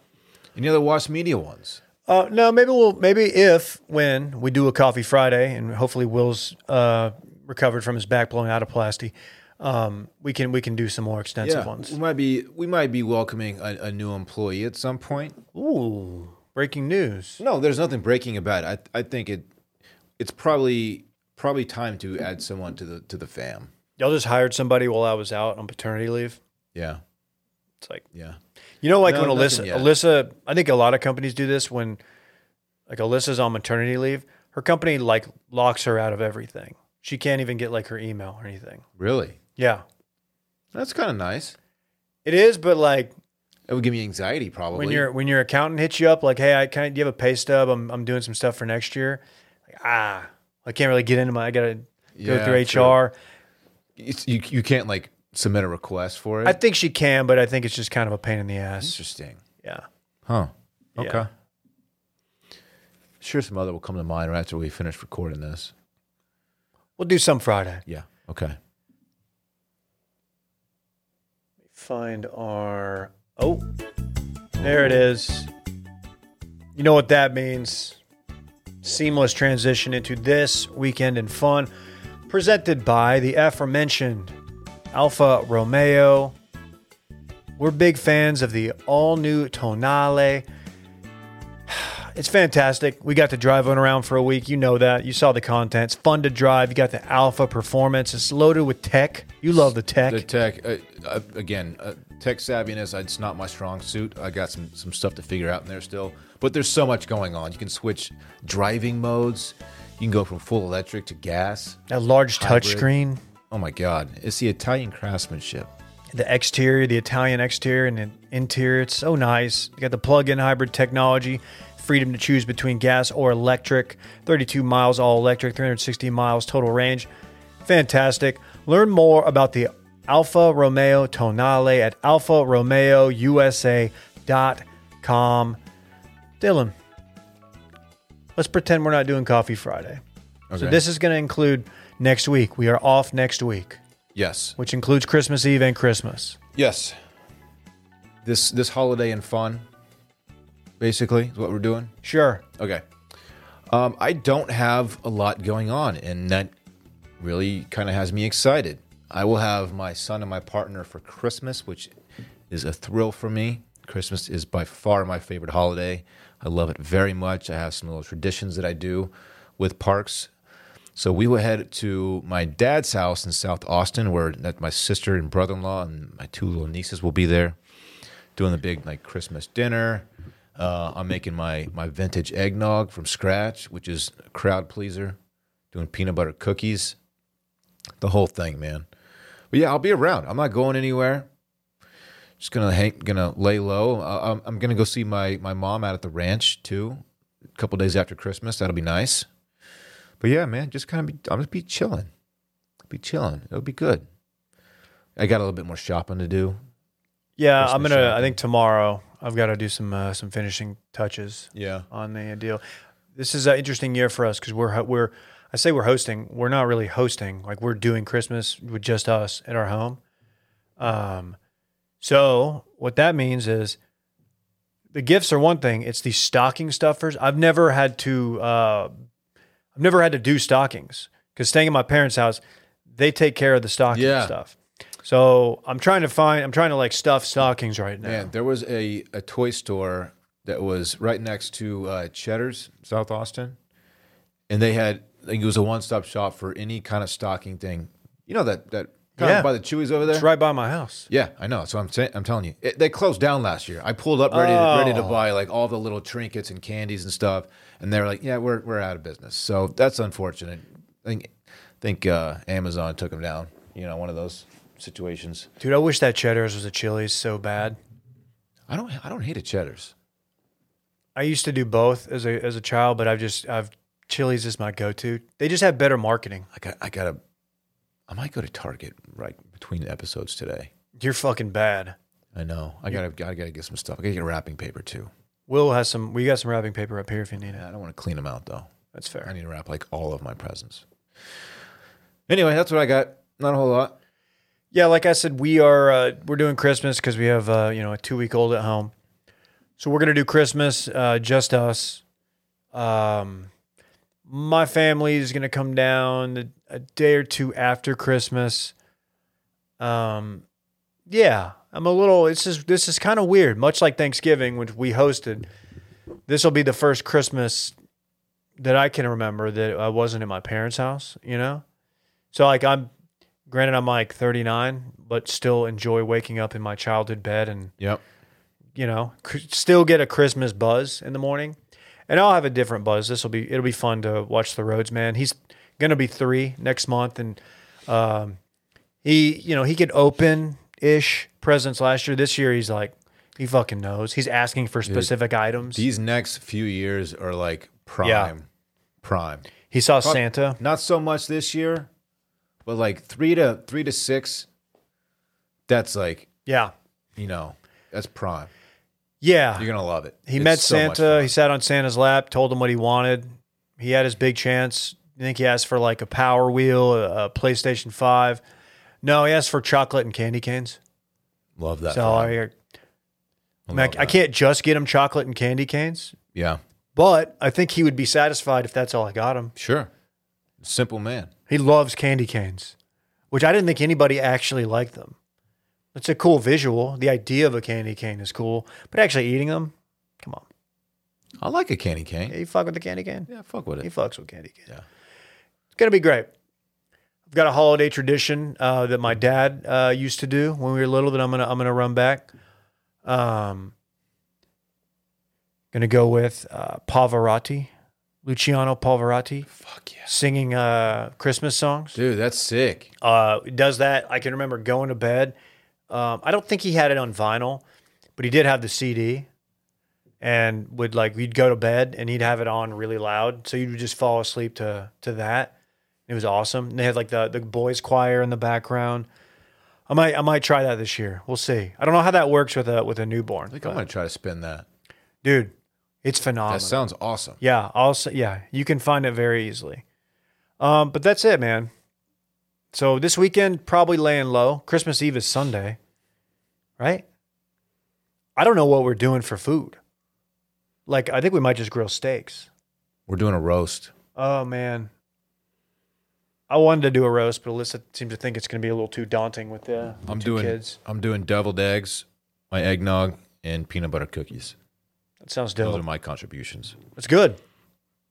Speaker 2: Any other Wasp Media ones?
Speaker 1: Uh, no, maybe we'll maybe if when we do a coffee Friday and hopefully Will's uh, recovered from his back blowing autoplasty, um, we can we can do some more extensive
Speaker 2: we
Speaker 1: ones.
Speaker 2: might be we might be welcoming a, a new employee at some point.
Speaker 1: Ooh, breaking news!
Speaker 2: No, there's nothing breaking about it. I I think it it's probably probably time to add someone to the to the fam.
Speaker 1: Y'all just hired somebody while I was out on paternity leave.
Speaker 2: Yeah,
Speaker 1: It's like
Speaker 2: yeah,
Speaker 1: you know, like
Speaker 2: No,
Speaker 1: when Alyssa
Speaker 2: nothing yet.
Speaker 1: Alyssa, I think a lot of companies do this when like Alyssa's on maternity leave. Her company like locks her out of everything. She can't even get like her email or anything.
Speaker 2: really.
Speaker 1: Yeah,
Speaker 2: That's kind of nice.
Speaker 1: it is, but like
Speaker 2: It would give me anxiety probably.
Speaker 1: when your when your accountant hits you up like, hey, I kind of do you have a pay stub? I'm I'm doing some stuff for next year, ah, I can't really get into my. I gotta go
Speaker 2: Yeah,
Speaker 1: through
Speaker 2: true.
Speaker 1: HR.
Speaker 2: It's, you you can't like submit a request for it.
Speaker 1: I think she can, but I think it's just kind of a pain in the ass.
Speaker 2: Interesting.
Speaker 1: Yeah.
Speaker 2: Huh.
Speaker 1: Yeah.
Speaker 2: Okay. Sure, some other will come to mind right after we finish recording this.
Speaker 1: We'll do some Friday.
Speaker 2: Yeah. Okay.
Speaker 1: Find our. Oh, there it is. You know what that means. Seamless transition into this weekend in fun, presented by the aforementioned Alfa Romeo. We're big fans of the all new Tonale. It's fantastic. We got to drive one around for a week. You know that. You saw the content. It's fun to drive. You got the Alpha performance. It's loaded with tech. You love the tech.
Speaker 2: The tech, uh, uh, again, uh, tech savviness, uh, it's not my strong suit. I got some, some stuff to figure out in there still. But there's so much going on. You can switch driving modes, you can go from full electric to gas.
Speaker 1: That large
Speaker 2: Hybrid.
Speaker 1: touchscreen,
Speaker 2: Oh my God. It's the Italian craftsmanship.
Speaker 1: the exterior, the Italian exterior and the interior. It's so nice. You got the plug in hybrid technology, freedom to choose between gas or electric, 32 miles all electric, 360 miles total range. Fantastic. Learn more about the Alfa Romeo Tonale at alfa romeo usa.com. Dylan, let's pretend we're not doing Coffee Friday. So,
Speaker 2: Okay.
Speaker 1: this is going to include next week. We are off next week.
Speaker 2: Yes.
Speaker 1: which includes Christmas Eve and Christmas.
Speaker 2: Yes. This, this holiday and fun, basically, is what we're doing.
Speaker 1: Sure.
Speaker 2: Okay. Um, I don't have a lot going on, and that really kind of has me excited. I will have my son and my partner for Christmas, which is a thrill for me. Christmas is by far my favorite holiday. I love it very much. I have some little traditions that I do with parks. So we will head to my dad's house in South Austin, where that my sister and brother in law and my two little nieces will be there doing the big like Christmas dinner. Uh, I'm making my my vintage eggnog from scratch, which is a crowd pleaser. Doing peanut butter cookies, the whole thing, man. But yeah, I'll be around. I'm not going anywhere. Just gonna hang, gonna lay low. Uh, I'm, I'm gonna go see my my mom out at the ranch too. A couple days after Christmas, that'll be nice. But yeah, man, just kind of be. I'm just be chilling, be chilling. It'll be good. I got a little bit more shopping to do.
Speaker 1: Yeah, I'm
Speaker 2: Christmas
Speaker 1: gonna. I
Speaker 2: shopping.
Speaker 1: think tomorrow I've got to do some uh, some finishing touches
Speaker 2: Yeah.
Speaker 1: on the deal. This is an interesting year for us because we're ho- we're I say we're hosting. We're not really hosting. Like we're doing Christmas with just us at our home. Um, so what that means is the gifts are one thing. It's the stocking stuffers. I've never had to. Uh, I've never had to do stockings because staying at my parents' house, they take care of the stocking
Speaker 2: Yeah.
Speaker 1: stuff. So I'm trying to find. I'm trying to like stuff stockings right now.
Speaker 2: Man, there was a, a toy store that was right next to uh, Cheddar's, South Austin, and they had I think it was a one stop shop for any kind of stocking thing. You know that that kind
Speaker 1: Yeah.
Speaker 2: of by the Chewies over there.
Speaker 1: It's right by my house.
Speaker 2: Yeah, I know. So I'm saying, I'm telling you, it, they closed down last year. I pulled up ready to, ready to buy like all the little trinkets and candies and stuff, and they're like, "Yeah, we're we're out of business." So that's unfortunate. I think think uh, Amazon took them down. You know, one of those situations.
Speaker 1: Dude, I wish that Cheddar's was a Chili's so bad.
Speaker 2: I don't I don't hate a Cheddar's.
Speaker 1: I used to do both as a as a child, but I've just I've Chili's is my go to. They just have better marketing.
Speaker 2: I got I gotta I might go to Target right between episodes today.
Speaker 1: You're fucking bad.
Speaker 2: I know. I gotta gotta gotta get some stuff. I gotta get wrapping paper too.
Speaker 1: Will has some. We got some wrapping paper up here if you need
Speaker 2: I
Speaker 1: it.
Speaker 2: don't want to clean them out though.
Speaker 1: That's
Speaker 2: I
Speaker 1: fair.
Speaker 2: need to wrap like all of my presents. Anyway, that's what I got. Not a whole lot.
Speaker 1: Yeah, like I said, we are uh, we're doing Christmas because we have uh, you know a two week old at home, so we're gonna do Christmas uh, just us. Um, my family is gonna come down a, a day or two after Christmas. Um, yeah, I'm a little. This is this is kind of weird. Much like Thanksgiving, which we hosted, this will be the first Christmas that I can remember that I wasn't in my parents' house. You know, so like I'm granted I'm like 39, but still enjoy waking up in my childhood bed and
Speaker 2: Yep.
Speaker 1: you know cr- still get a Christmas buzz in the morning. And I'll have a different buzz. This will be it'll be fun to watch the roads, man. He's gonna be three next month, and um, he you know he could open ish presents last year. This year he's like he fucking knows. He's asking for specific items.
Speaker 2: These next few years are like prime. Prime.
Speaker 1: He saw
Speaker 2: Prob-
Speaker 1: Santa.
Speaker 2: Not so much this year, but like three to three to six. That's like
Speaker 1: Yeah.
Speaker 2: you know that's prime.
Speaker 1: Yeah.
Speaker 2: You're gonna love it.
Speaker 1: He
Speaker 2: It's
Speaker 1: met
Speaker 2: so much
Speaker 1: Santa.
Speaker 2: fun.
Speaker 1: He sat on Santa's lap, told him what he wanted. He had his big chance. I think he asked for like a Power Wheel, a, a PlayStation 5. No, he asked for chocolate and candy canes.
Speaker 2: Love that.
Speaker 1: so
Speaker 2: vibe.
Speaker 1: I, I,
Speaker 2: I
Speaker 1: mean, I-
Speaker 2: love
Speaker 1: I
Speaker 2: that.
Speaker 1: can't just get him chocolate and candy canes,
Speaker 2: Yeah,
Speaker 1: but I think he would be satisfied if that's all I got him.
Speaker 2: sure. Simple man.
Speaker 1: He loves candy canes, which I didn't think anybody actually liked them. It's a cool visual. The idea of a candy cane is cool, but actually eating them, come on.
Speaker 2: I like a candy cane.
Speaker 1: You fuck with the candy cane?
Speaker 2: Yeah, fuck with
Speaker 1: He
Speaker 2: it.
Speaker 1: fucks with candy cane.
Speaker 2: Yeah.
Speaker 1: It's gonna be great. I've got a holiday tradition uh, that my dad uh, used to do when we were little that I'm gonna I'm gonna run back. Um, gonna go with uh, Pavarotti, Luciano Pavarotti,
Speaker 2: Fuck yeah,
Speaker 1: singing uh, Christmas songs.
Speaker 2: dude. That's sick.
Speaker 1: Uh, does that? I can remember going to bed. Um, I don't think he had it on vinyl, but he did have the CD, and would like we'd go to bed and he'd have it on really loud, so you would just fall asleep to to that. It was awesome. And they had like the the boys choir in the background. I might I might try that this year. We'll see. I don't know how that works with a with a newborn,
Speaker 2: I think I'm gonna try to spin that.
Speaker 1: dude. It's
Speaker 2: That
Speaker 1: phenomenal.
Speaker 2: sounds awesome.
Speaker 1: Yeah, also yeah, you can find it very easily. Um, but that's it, man. So this weekend probably laying low. Christmas Eve is Sunday, right? I don't know what we're doing for food. Like I think we might just grill steaks.
Speaker 2: We're doing a roast.
Speaker 1: Oh man, I wanted to do a roast, but Alyssa seems to think it's going to be a little too daunting with the
Speaker 2: I'm
Speaker 1: two
Speaker 2: doing.
Speaker 1: kids.
Speaker 2: I'm doing deviled eggs, my eggnog, and peanut butter cookies.
Speaker 1: That sounds
Speaker 2: Those are
Speaker 1: dope.
Speaker 2: my contributions.
Speaker 1: That's good.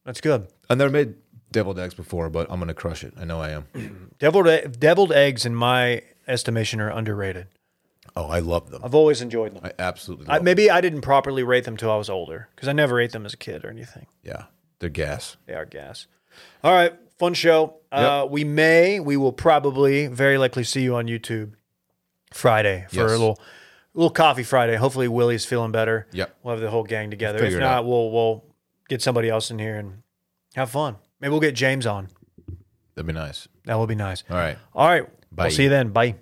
Speaker 1: That's good.
Speaker 2: I've never made deviled eggs before, but I'm gonna crush it. I know I am.
Speaker 1: Deviled e- deviled eggs, in my estimation, are underrated.
Speaker 2: Oh, I love them.
Speaker 1: I've always enjoyed them.
Speaker 2: I absolutely
Speaker 1: I,
Speaker 2: love
Speaker 1: maybe I didn't properly rate them till I was older because I never ate them as a kid or anything.
Speaker 2: them. Yeah, they're gas.
Speaker 1: They are gas. All right, fun show. Uh, we may, we will probably, very likely see you on YouTube Friday for a
Speaker 2: Yes.
Speaker 1: little, little coffee Friday. Hopefully Willie's feeling better.
Speaker 2: Yep.
Speaker 1: We'll have the whole gang together.
Speaker 2: We'll
Speaker 1: if
Speaker 2: figure it
Speaker 1: not,
Speaker 2: out.
Speaker 1: we'll we'll get somebody else in here and have fun. Maybe we'll get James on.
Speaker 2: That'd be nice.
Speaker 1: That would be nice.
Speaker 2: All right.
Speaker 1: All right.
Speaker 2: Bye.
Speaker 1: We'll see you then. Bye.